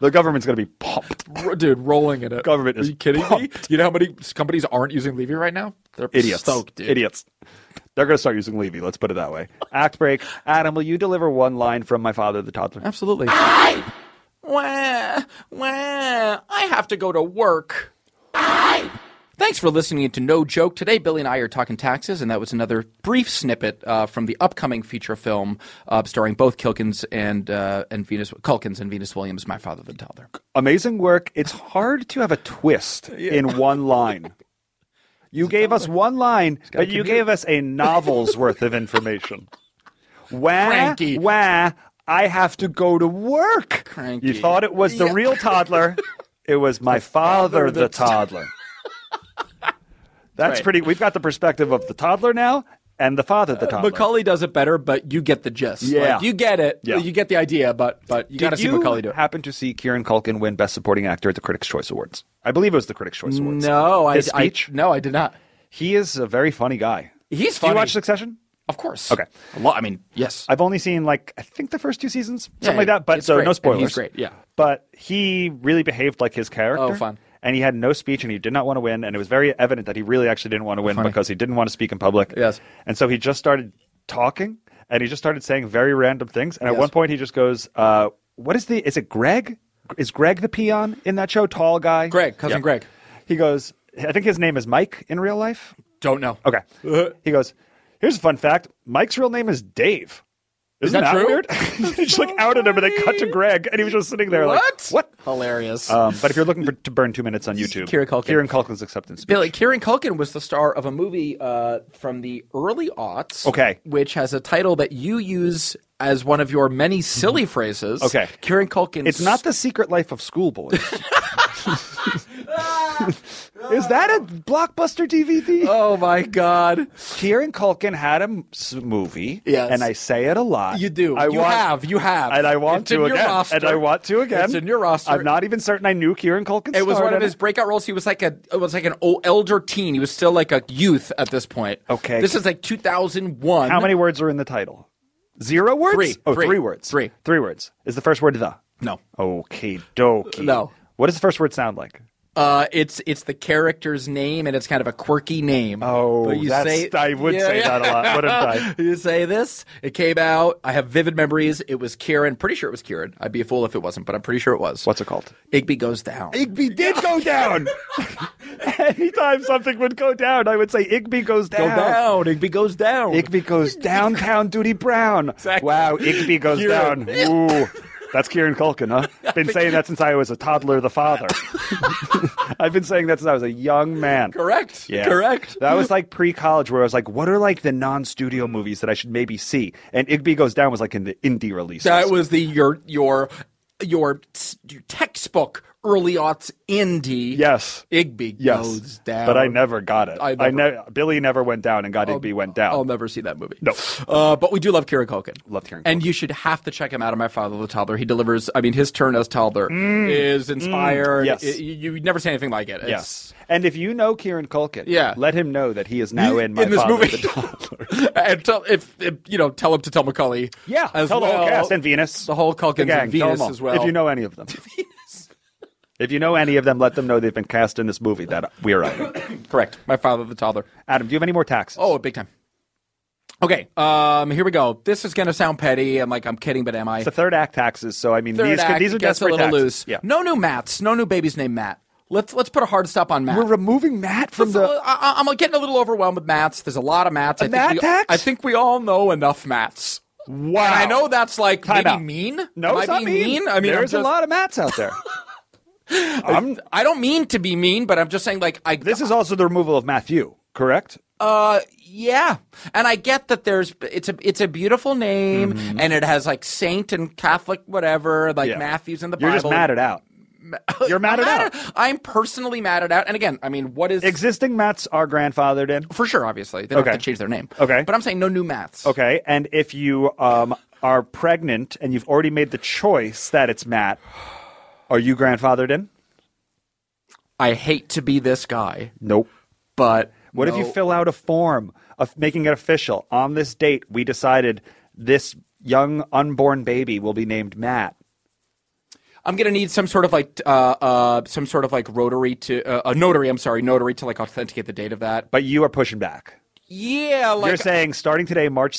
[SPEAKER 3] The government's going to be pumped.
[SPEAKER 2] r- dude, rolling in it.
[SPEAKER 3] Government
[SPEAKER 2] Are
[SPEAKER 3] is
[SPEAKER 2] you kidding me?
[SPEAKER 3] pumped.
[SPEAKER 2] You know how many s- companies aren't using Levy right now? They're
[SPEAKER 3] Idiots.
[SPEAKER 2] stoked, dude.
[SPEAKER 3] Idiots. They're going to start using Levy. Let's put it that way. Act break. Adam, will you deliver one line from my father, the toddler?
[SPEAKER 2] Absolutely. Wah, wah. I have to go to work. Thanks for listening to No Joke. Today, Billy and I are talking taxes, and that was another brief snippet uh, from the upcoming feature film uh, starring both Kilkins and uh, and Venus Culkins and Venus Williams, My Father the Toddler.
[SPEAKER 3] amazing work. It's hard to have a twist in one line. You gave us one line, but you gave us a novel's worth of information. Wah,
[SPEAKER 2] Cranky.
[SPEAKER 3] wah, I have to go to work.
[SPEAKER 2] Cranky.
[SPEAKER 3] You thought it was the
[SPEAKER 2] Yeah.
[SPEAKER 3] real toddler. It was my father, the toddler. That's
[SPEAKER 2] right.
[SPEAKER 3] pretty. We've got the perspective of the toddler now and the father, the
[SPEAKER 2] Uh,
[SPEAKER 3] toddler.
[SPEAKER 2] Macaulay does it better, but you get the gist.
[SPEAKER 3] Yeah.
[SPEAKER 2] Like, you get it.
[SPEAKER 3] Yeah.
[SPEAKER 2] You get the idea, but but you got to
[SPEAKER 3] Did
[SPEAKER 2] see
[SPEAKER 3] you
[SPEAKER 2] Macaulay do it.
[SPEAKER 3] happen to see Kieran Culkin win Best Supporting Actor at the Critics' Choice Awards? I believe it was the Critics' Choice Awards.
[SPEAKER 2] No, I,
[SPEAKER 3] His
[SPEAKER 2] I-
[SPEAKER 3] speech.
[SPEAKER 2] no, I did not.
[SPEAKER 3] He is a very funny guy.
[SPEAKER 2] He's
[SPEAKER 3] Do you
[SPEAKER 2] funny.
[SPEAKER 3] watch Succession?
[SPEAKER 2] Of course.
[SPEAKER 3] Okay.
[SPEAKER 2] A lot. I mean, yes.
[SPEAKER 3] I've only seen like I think the first two seasons,
[SPEAKER 2] Yeah,
[SPEAKER 3] something like that. But
[SPEAKER 2] it's
[SPEAKER 3] so
[SPEAKER 2] great,
[SPEAKER 3] no
[SPEAKER 2] and
[SPEAKER 3] spoilers.
[SPEAKER 2] he's great, yeah.
[SPEAKER 3] But he really behaved like his character.
[SPEAKER 2] Oh, fun.
[SPEAKER 3] And he had no speech, and he did not want to win, and it was very evident that he really actually didn't want to win
[SPEAKER 2] Oh, Funny.
[SPEAKER 3] because he didn't want to speak in public.
[SPEAKER 2] Yes.
[SPEAKER 3] And so he just started talking, and he just started saying very random things. And at
[SPEAKER 2] Yes.
[SPEAKER 3] one point, he just goes, uh, "What is the? Is it Greg? Is Greg the peon in that show? Tall guy?
[SPEAKER 2] Greg, cousin
[SPEAKER 3] Yeah.
[SPEAKER 2] Greg.
[SPEAKER 3] He goes. I think his name is Mike in real life.
[SPEAKER 2] Don't know.
[SPEAKER 3] Okay. He goes, Here's a fun fact Mike's real name is Dave. Isn't
[SPEAKER 2] that true?
[SPEAKER 3] weird? they just like outed him and they cut to Greg and he was just sitting there
[SPEAKER 2] What?
[SPEAKER 3] like, What?
[SPEAKER 2] Hilarious.
[SPEAKER 3] Um, but if you're looking for, to burn two minutes on YouTube,
[SPEAKER 2] Kieran Culkin.
[SPEAKER 3] Culkin's acceptance. speech.
[SPEAKER 2] Billy, Kieran Culkin was the star of a movie uh, from the early aughts.
[SPEAKER 3] Okay.
[SPEAKER 2] Which has a title that you use as one of your many silly phrases.
[SPEAKER 3] Mm-hmm. Okay.
[SPEAKER 2] Kieran Culkin.
[SPEAKER 3] It's not the secret life of schoolboys. Is that a blockbuster DVD?
[SPEAKER 2] Oh my god.
[SPEAKER 3] Kieran Culkin had a m- s- movie,
[SPEAKER 2] Yes.
[SPEAKER 3] and I say it a lot.
[SPEAKER 2] You do.
[SPEAKER 3] I
[SPEAKER 2] you
[SPEAKER 3] want-
[SPEAKER 2] have. You have.
[SPEAKER 3] and I want
[SPEAKER 2] It's
[SPEAKER 3] to
[SPEAKER 2] in your
[SPEAKER 3] again,
[SPEAKER 2] roster.
[SPEAKER 3] and I want to again.
[SPEAKER 2] It's in your roster.
[SPEAKER 3] I'm not even certain I knew Kieran Culkin.
[SPEAKER 2] It was
[SPEAKER 3] starred
[SPEAKER 2] one of
[SPEAKER 3] in
[SPEAKER 2] his breakout roles. He was like a it was like an old elder teen. He was still like a youth at this point.
[SPEAKER 3] Okay.
[SPEAKER 2] This is like 2001.
[SPEAKER 3] How many words are in the title? Zero words.
[SPEAKER 2] Three.
[SPEAKER 3] Oh,
[SPEAKER 2] Three.
[SPEAKER 3] three words.
[SPEAKER 2] Three.
[SPEAKER 3] Three words. Is the first word the?
[SPEAKER 2] No.
[SPEAKER 3] Okay, dokie.
[SPEAKER 2] No.
[SPEAKER 3] What does the first word sound like?
[SPEAKER 2] Uh, it's it's the character's name and it's kind of a quirky name.
[SPEAKER 3] Oh,
[SPEAKER 2] But you
[SPEAKER 3] that's,
[SPEAKER 2] say
[SPEAKER 3] I would
[SPEAKER 2] Yeah,
[SPEAKER 3] say
[SPEAKER 2] yeah.
[SPEAKER 3] that a lot. What a time.
[SPEAKER 2] You say this. It came out. I have vivid memories. It was Kieran. Pretty sure it was Kieran. I'd be a fool if it wasn't, but I'm pretty sure it was.
[SPEAKER 3] What's it called?
[SPEAKER 2] Igby goes down.
[SPEAKER 3] Igby did go down. Anytime something would go down, I would say Igby goes
[SPEAKER 2] Go
[SPEAKER 3] down.
[SPEAKER 2] down. Igby goes down.
[SPEAKER 3] Igby goes downtown, Duty Brown.
[SPEAKER 2] Exactly.
[SPEAKER 3] Wow, Igby goes
[SPEAKER 2] Kieran.
[SPEAKER 3] down. Ooh, that's Kieran Culkin, huh? Been saying that since I was a toddler, the father. I've been saying that since I was a young man.
[SPEAKER 2] Correct.
[SPEAKER 3] Yeah.
[SPEAKER 2] Correct.
[SPEAKER 3] That was like pre-college, where I was like, "What are like the non-studio movies that I should maybe see?" And Igby Goes Down was like in the indie releases.
[SPEAKER 2] That was the your your your, s- your textbook early aughts indie.
[SPEAKER 3] yes,
[SPEAKER 2] Igby
[SPEAKER 3] yes.
[SPEAKER 2] goes down.
[SPEAKER 3] But I never got it.
[SPEAKER 2] I
[SPEAKER 3] I
[SPEAKER 2] never- Oh,
[SPEAKER 3] never. Billy never went down, and God Igby went down.
[SPEAKER 2] I'll never see that movie.
[SPEAKER 3] No.
[SPEAKER 2] Uh, but we do love Kieran Culkin.
[SPEAKER 3] Love Kieran
[SPEAKER 2] And you should have to check him out on My Father the Toddler. He delivers, I mean, his turn as toddler is inspired.
[SPEAKER 3] Mm. yes.
[SPEAKER 2] It- you, you never see anything like it. It's-
[SPEAKER 3] Yes. And if you know Kieran Culkin,
[SPEAKER 2] Yeah.
[SPEAKER 3] let him know that he is now in my
[SPEAKER 2] in this
[SPEAKER 3] Father
[SPEAKER 2] movie.
[SPEAKER 3] the Toddler.
[SPEAKER 2] and tell, if, if, you know, tell him to tell Macaulay.
[SPEAKER 3] Yeah,
[SPEAKER 2] as
[SPEAKER 3] tell the
[SPEAKER 2] well.
[SPEAKER 3] whole cast and Venus,
[SPEAKER 2] The whole Culkins
[SPEAKER 3] The gang,
[SPEAKER 2] and
[SPEAKER 3] tell
[SPEAKER 2] Venus
[SPEAKER 3] them all.
[SPEAKER 2] as well.
[SPEAKER 3] If you know any of them, if you know any of them, let them know they've been cast in this movie that we're on.
[SPEAKER 2] Correct. My Father the Toddler.
[SPEAKER 3] Adam, do you have any more taxes?
[SPEAKER 2] Oh, big time. Okay, um, here we go. This is going to sound petty and like I'm kidding, but am I?
[SPEAKER 3] it's the third act taxes. So I mean,
[SPEAKER 2] Third
[SPEAKER 3] these, can-
[SPEAKER 2] act
[SPEAKER 3] these are
[SPEAKER 2] gets a
[SPEAKER 3] desperate
[SPEAKER 2] little
[SPEAKER 3] taxes.
[SPEAKER 2] loose.
[SPEAKER 3] Yeah,
[SPEAKER 2] No new Matts. No new babies named Matt. Let's let's put a hard stop on Matt.
[SPEAKER 3] we're removing Matt from
[SPEAKER 2] So,
[SPEAKER 3] the.
[SPEAKER 2] I, I- I'm getting a little overwhelmed with Matts. There's a lot of Matts. I think
[SPEAKER 3] Matt
[SPEAKER 2] we,
[SPEAKER 3] tax?
[SPEAKER 2] I think we all know enough Matts.
[SPEAKER 3] Wow,
[SPEAKER 2] And I know that's like
[SPEAKER 3] Time
[SPEAKER 2] maybe
[SPEAKER 3] out.
[SPEAKER 2] mean.
[SPEAKER 3] No,
[SPEAKER 2] Am
[SPEAKER 3] it's
[SPEAKER 2] I
[SPEAKER 3] not
[SPEAKER 2] being
[SPEAKER 3] mean.
[SPEAKER 2] I mean, I'm
[SPEAKER 3] there's a
[SPEAKER 2] just-
[SPEAKER 3] lot of Matts out there. I'm,
[SPEAKER 2] I don't mean to be mean, but I'm just saying like I.
[SPEAKER 3] this is also the removal of Matthew, correct?
[SPEAKER 2] Uh, yeah, and I get that there's it's a it's a beautiful name, and it has like saint and Catholic whatever, like
[SPEAKER 3] Mm-hmm. Yeah.
[SPEAKER 2] Matthew's in the
[SPEAKER 3] You're
[SPEAKER 2] Bible.
[SPEAKER 3] just matted out. You're matted
[SPEAKER 2] I'm
[SPEAKER 3] out.
[SPEAKER 2] at- I'm personally matted out. And again, I mean, what is
[SPEAKER 3] Existing Matts are grandfathered in.
[SPEAKER 2] for sure? Obviously, they don't
[SPEAKER 3] Okay.
[SPEAKER 2] have to change their name.
[SPEAKER 3] Okay.
[SPEAKER 2] but I'm saying no new maths.
[SPEAKER 3] Okay, and if you um, are pregnant and you've already made the choice that it's Matt, are you grandfathered in?
[SPEAKER 2] I hate to be this guy,
[SPEAKER 3] Nope.
[SPEAKER 2] but
[SPEAKER 3] What if you fill out a form of making it official? On this date, we decided this young unborn baby will be named Matt.
[SPEAKER 2] I'm gonna need some sort of like uh uh some sort of like rotary to uh, a notary. I'm sorry, notary to like authenticate the date of that.
[SPEAKER 3] But you are pushing back.
[SPEAKER 2] Yeah, like
[SPEAKER 3] You're saying starting today, March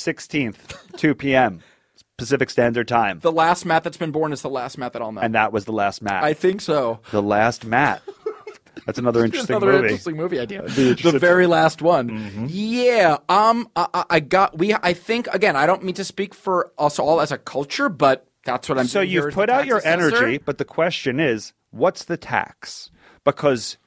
[SPEAKER 3] 16th, 2 p.m. Pacific Standard Time.
[SPEAKER 2] the last Matt that's been born is the last Matt that I'll know.
[SPEAKER 3] and that was the last Matt.
[SPEAKER 2] I think so.
[SPEAKER 3] the last Matt. That's another interesting
[SPEAKER 2] Another
[SPEAKER 3] movie.
[SPEAKER 2] interesting movie idea.
[SPEAKER 3] be interesting. Mm-hmm.
[SPEAKER 2] The very last one. Yeah. Um. I, I- I got. We. I think again. I don't mean to speak for us all as a culture, but that's what I'm.
[SPEAKER 3] So
[SPEAKER 2] doing here
[SPEAKER 3] you've
[SPEAKER 2] as
[SPEAKER 3] put
[SPEAKER 2] the
[SPEAKER 3] out
[SPEAKER 2] tax
[SPEAKER 3] your
[SPEAKER 2] assessor.
[SPEAKER 3] energy, but the question is, what's the tax? Because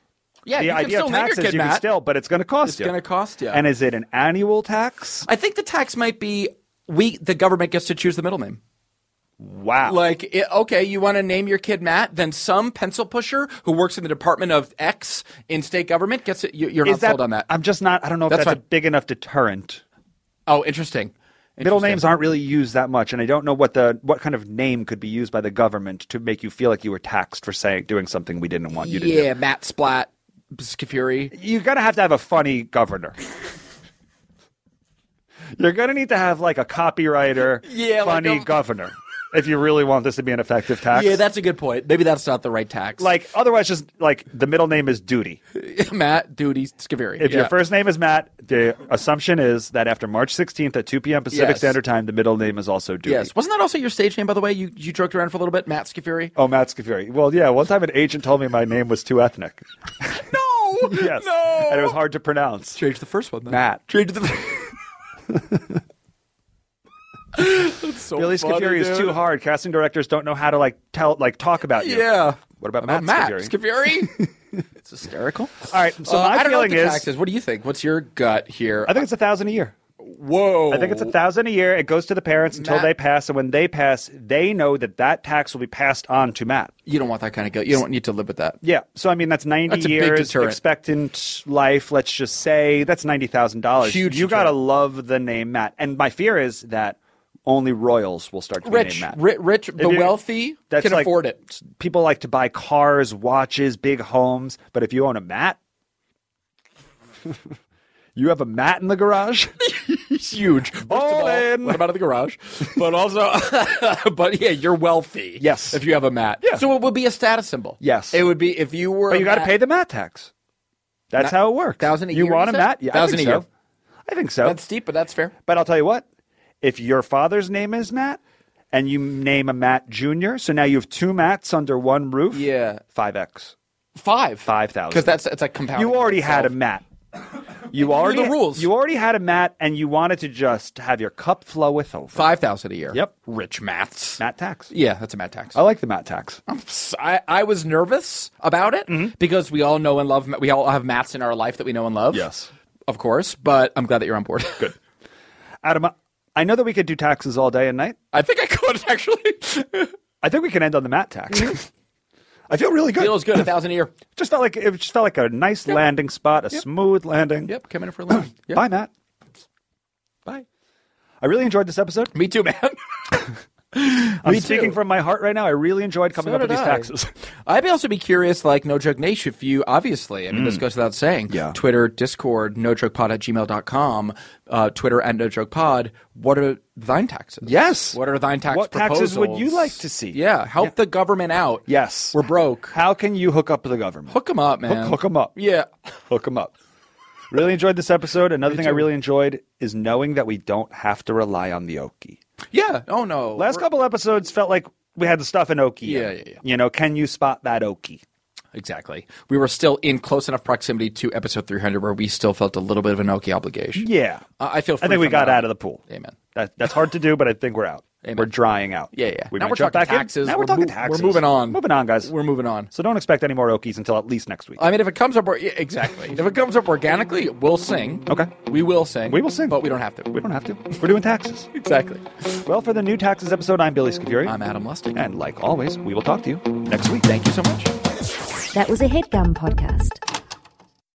[SPEAKER 2] Yeah,
[SPEAKER 3] the
[SPEAKER 2] you can
[SPEAKER 3] idea
[SPEAKER 2] still
[SPEAKER 3] of
[SPEAKER 2] name your
[SPEAKER 3] taxes,
[SPEAKER 2] kid
[SPEAKER 3] you can
[SPEAKER 2] Matt.
[SPEAKER 3] still, but it's going to cost
[SPEAKER 2] It's
[SPEAKER 3] you.
[SPEAKER 2] gonna cost you.
[SPEAKER 3] And is it an annual tax?
[SPEAKER 2] I think the tax might be we. The government gets to choose the middle name.
[SPEAKER 3] Wow.
[SPEAKER 2] Like, it, okay, you want to name your kid Matt? Then some pencil pusher who works in the department of X in state government gets it. You, you're
[SPEAKER 3] is
[SPEAKER 2] not
[SPEAKER 3] that,
[SPEAKER 2] sold on that.
[SPEAKER 3] I'm just not. I don't know if
[SPEAKER 2] That's
[SPEAKER 3] that's, a
[SPEAKER 2] fine.
[SPEAKER 3] big enough deterrent.
[SPEAKER 2] oh, interesting.
[SPEAKER 3] Middle
[SPEAKER 2] Interesting.
[SPEAKER 3] names aren't really used that much, and I don't know what the what kind of name could be used by the government to make you feel like you were taxed for saying doing something we didn't want you to
[SPEAKER 2] Yeah, Matt Splat, Scafuri.
[SPEAKER 3] do. You're gonna have to have a funny governor. You're gonna need to have like a copywriter,
[SPEAKER 2] Yeah, like
[SPEAKER 3] funny
[SPEAKER 2] a-
[SPEAKER 3] governor, if you really want this to be an effective tax.
[SPEAKER 2] Yeah, that's a good point. Maybe that's not the right tax.
[SPEAKER 3] like otherwise just like the middle name is duty
[SPEAKER 2] Matt Duty Scaviri.
[SPEAKER 3] if your
[SPEAKER 2] Yeah.
[SPEAKER 3] first name is matt the assumption is that after march 16th at 2 p.m pacific
[SPEAKER 2] Yes.
[SPEAKER 3] standard time the middle name is also duty
[SPEAKER 2] yes, wasn't that also your stage name by the way? You you joked around for a little bit, Matt Scaviri.
[SPEAKER 3] oh matt scafuri well yeah one time an agent told me my name was too ethnic
[SPEAKER 2] No,
[SPEAKER 3] yes
[SPEAKER 2] no.
[SPEAKER 3] and it was hard to pronounce
[SPEAKER 2] Change the first one, then.
[SPEAKER 3] Matt.
[SPEAKER 2] Change the. That's so
[SPEAKER 3] Billy
[SPEAKER 2] funny,
[SPEAKER 3] Scafuri is
[SPEAKER 2] dude.
[SPEAKER 3] too hard. Casting directors don't know how to like tell, like talk about you.
[SPEAKER 2] Yeah.
[SPEAKER 3] What about,
[SPEAKER 2] About
[SPEAKER 3] Matt,
[SPEAKER 2] Matt
[SPEAKER 3] Scafuri?
[SPEAKER 2] Scaviri. it's hysterical.
[SPEAKER 3] All right. So
[SPEAKER 2] Uh,
[SPEAKER 3] my
[SPEAKER 2] I don't know what
[SPEAKER 3] feeling
[SPEAKER 2] the
[SPEAKER 3] is,
[SPEAKER 2] tax is. What do you think? What's your gut here?
[SPEAKER 3] I think it's a thousand a year.
[SPEAKER 2] Whoa.
[SPEAKER 3] I think it's a thousand a year. It goes to the parents until
[SPEAKER 2] Oh. Matt-
[SPEAKER 3] they pass, and when they pass, they know that that tax will be passed on to Matt.
[SPEAKER 2] You don't want that kind of guilt. You don't need to live with that.
[SPEAKER 3] Yeah, so I mean that's ninety
[SPEAKER 2] That's a big
[SPEAKER 3] years
[SPEAKER 2] deterrent.
[SPEAKER 3] expectant life. Let's just say that's ninety thousand dollars.
[SPEAKER 2] Huge
[SPEAKER 3] You gotta
[SPEAKER 2] deterrent.
[SPEAKER 3] love the name Matt. And my fear is that only royals will start to be
[SPEAKER 2] Rich,
[SPEAKER 3] named Matt.
[SPEAKER 2] rich, rich the
[SPEAKER 3] you-
[SPEAKER 2] wealthy
[SPEAKER 3] that's
[SPEAKER 2] can
[SPEAKER 3] like-
[SPEAKER 2] afford it.
[SPEAKER 3] People like to buy cars, watches, big homes, but if you own a Matt, you have a Matt in the garage.
[SPEAKER 2] It's huge. First of all,
[SPEAKER 3] Ballin'.
[SPEAKER 2] what about in the garage? But also, but yeah, you're wealthy.
[SPEAKER 3] Yes.
[SPEAKER 2] If you have a mat.
[SPEAKER 3] Yeah.
[SPEAKER 2] So it would be a status symbol.
[SPEAKER 3] Yes.
[SPEAKER 2] It would be if you were.
[SPEAKER 3] But you got to
[SPEAKER 2] to
[SPEAKER 3] pay the Matt tax. That's how it works.
[SPEAKER 2] Thousand a
[SPEAKER 3] you
[SPEAKER 2] year,
[SPEAKER 3] want a
[SPEAKER 2] you said?
[SPEAKER 3] Matt? Yeah, I
[SPEAKER 2] Thousand
[SPEAKER 3] think
[SPEAKER 2] a
[SPEAKER 3] so.
[SPEAKER 2] year.
[SPEAKER 3] I think so.
[SPEAKER 2] That's steep, but that's fair.
[SPEAKER 3] But I'll tell you what, if your father's name is Matt and you name a Matt Jr., so now you have two Matts under one roof.
[SPEAKER 2] Yeah.
[SPEAKER 3] 5X.
[SPEAKER 2] Five.
[SPEAKER 3] 5,000.
[SPEAKER 2] Because that's it's like compound.
[SPEAKER 3] You already had a Matt. You already
[SPEAKER 2] the rules.
[SPEAKER 3] You already had a Matt and you wanted to just have your cup flow with over.
[SPEAKER 2] five thousand a year.
[SPEAKER 3] Yep. Oh.
[SPEAKER 2] Rich maths.
[SPEAKER 3] Matt tax.
[SPEAKER 2] Yeah, that's a mat tax.
[SPEAKER 3] I like the Matt tax.
[SPEAKER 2] I, I was nervous about it
[SPEAKER 3] Mm-hmm.
[SPEAKER 2] because we all know and love. We all have mats in our life that we know and love.
[SPEAKER 3] Yes.
[SPEAKER 2] Of course, but I'm glad that you're on board. Good.
[SPEAKER 3] Adam, I know that we could do taxes all day and night.
[SPEAKER 2] I think I could actually.
[SPEAKER 3] I think we can end on the Matt tax. I feel really good.
[SPEAKER 2] Mm-hmm. Feels good. A thousand a year.
[SPEAKER 3] Just felt like it just felt like a nice landing spot, a smooth landing.
[SPEAKER 2] Yep, coming in for a loan. Yep.
[SPEAKER 3] Bye, Matt.
[SPEAKER 2] Bye.
[SPEAKER 3] I really enjoyed this episode.
[SPEAKER 2] Me too, man.
[SPEAKER 3] I'm
[SPEAKER 2] Me
[SPEAKER 3] speaking
[SPEAKER 2] too.
[SPEAKER 3] from my heart right now. I really enjoyed coming
[SPEAKER 2] So
[SPEAKER 3] up with
[SPEAKER 2] did
[SPEAKER 3] these
[SPEAKER 2] I.
[SPEAKER 3] taxes.
[SPEAKER 2] I'd be also be curious, like No Joke Nation, if you obviously, I mean, this goes without saying.
[SPEAKER 3] Mm. Yeah.
[SPEAKER 2] Twitter, Discord, nojokepod at gmail.com, uh, Twitter at nojokepod. What are thine taxes?
[SPEAKER 3] Yes.
[SPEAKER 2] What are thine tax
[SPEAKER 3] What
[SPEAKER 2] proposals?
[SPEAKER 3] taxes would you like to see?
[SPEAKER 2] Yeah. Help the government out.
[SPEAKER 3] Yes.
[SPEAKER 2] We're broke.
[SPEAKER 3] How can you hook up the government?
[SPEAKER 2] Hook them up, man.
[SPEAKER 3] hook 'em up.
[SPEAKER 2] Yeah.
[SPEAKER 3] Hook 'em up. Really enjoyed this episode. Another thing I really enjoyed is knowing that we don't have to rely on the Okie.
[SPEAKER 2] Yeah. Oh, no.
[SPEAKER 3] Last
[SPEAKER 2] We're-
[SPEAKER 3] couple episodes felt like we had the stuff in Okie.
[SPEAKER 2] Yeah, yeah, yeah.
[SPEAKER 3] You know, can you spot that Okie?
[SPEAKER 2] Exactly. We were still in close enough proximity to episode 300 where we still felt a little bit of an Okie obligation.
[SPEAKER 3] Yeah.
[SPEAKER 2] Uh, I feel
[SPEAKER 3] I think we got out of the pool.
[SPEAKER 2] Amen.
[SPEAKER 3] That, that's hard to do, but I think we're out.
[SPEAKER 2] Amen.
[SPEAKER 3] We're drying out.
[SPEAKER 2] Yeah, yeah.
[SPEAKER 3] We
[SPEAKER 2] now
[SPEAKER 3] might
[SPEAKER 2] we're
[SPEAKER 3] jump
[SPEAKER 2] talking
[SPEAKER 3] back in.
[SPEAKER 2] taxes.
[SPEAKER 3] Now we're,
[SPEAKER 2] We're
[SPEAKER 3] talking
[SPEAKER 2] mo-
[SPEAKER 3] taxes.
[SPEAKER 2] We're moving on.
[SPEAKER 3] Moving on, guys.
[SPEAKER 2] We're moving on.
[SPEAKER 3] So don't expect any more Okies until at least next week.
[SPEAKER 2] I mean, if it comes up, or- yeah, exactly. If it comes up organically, we'll sing.
[SPEAKER 3] Okay.
[SPEAKER 2] We will sing.
[SPEAKER 3] We will sing.
[SPEAKER 2] But we don't have to.
[SPEAKER 3] we don't have to. We're doing taxes.
[SPEAKER 2] Exactly.
[SPEAKER 3] Well, for the new taxes episode, I'm Billy Scafuri.
[SPEAKER 2] I'm Adam Lustig.
[SPEAKER 3] And like always, we will talk to you next week.
[SPEAKER 2] Thank you so much.
[SPEAKER 1] That was a headgum podcast.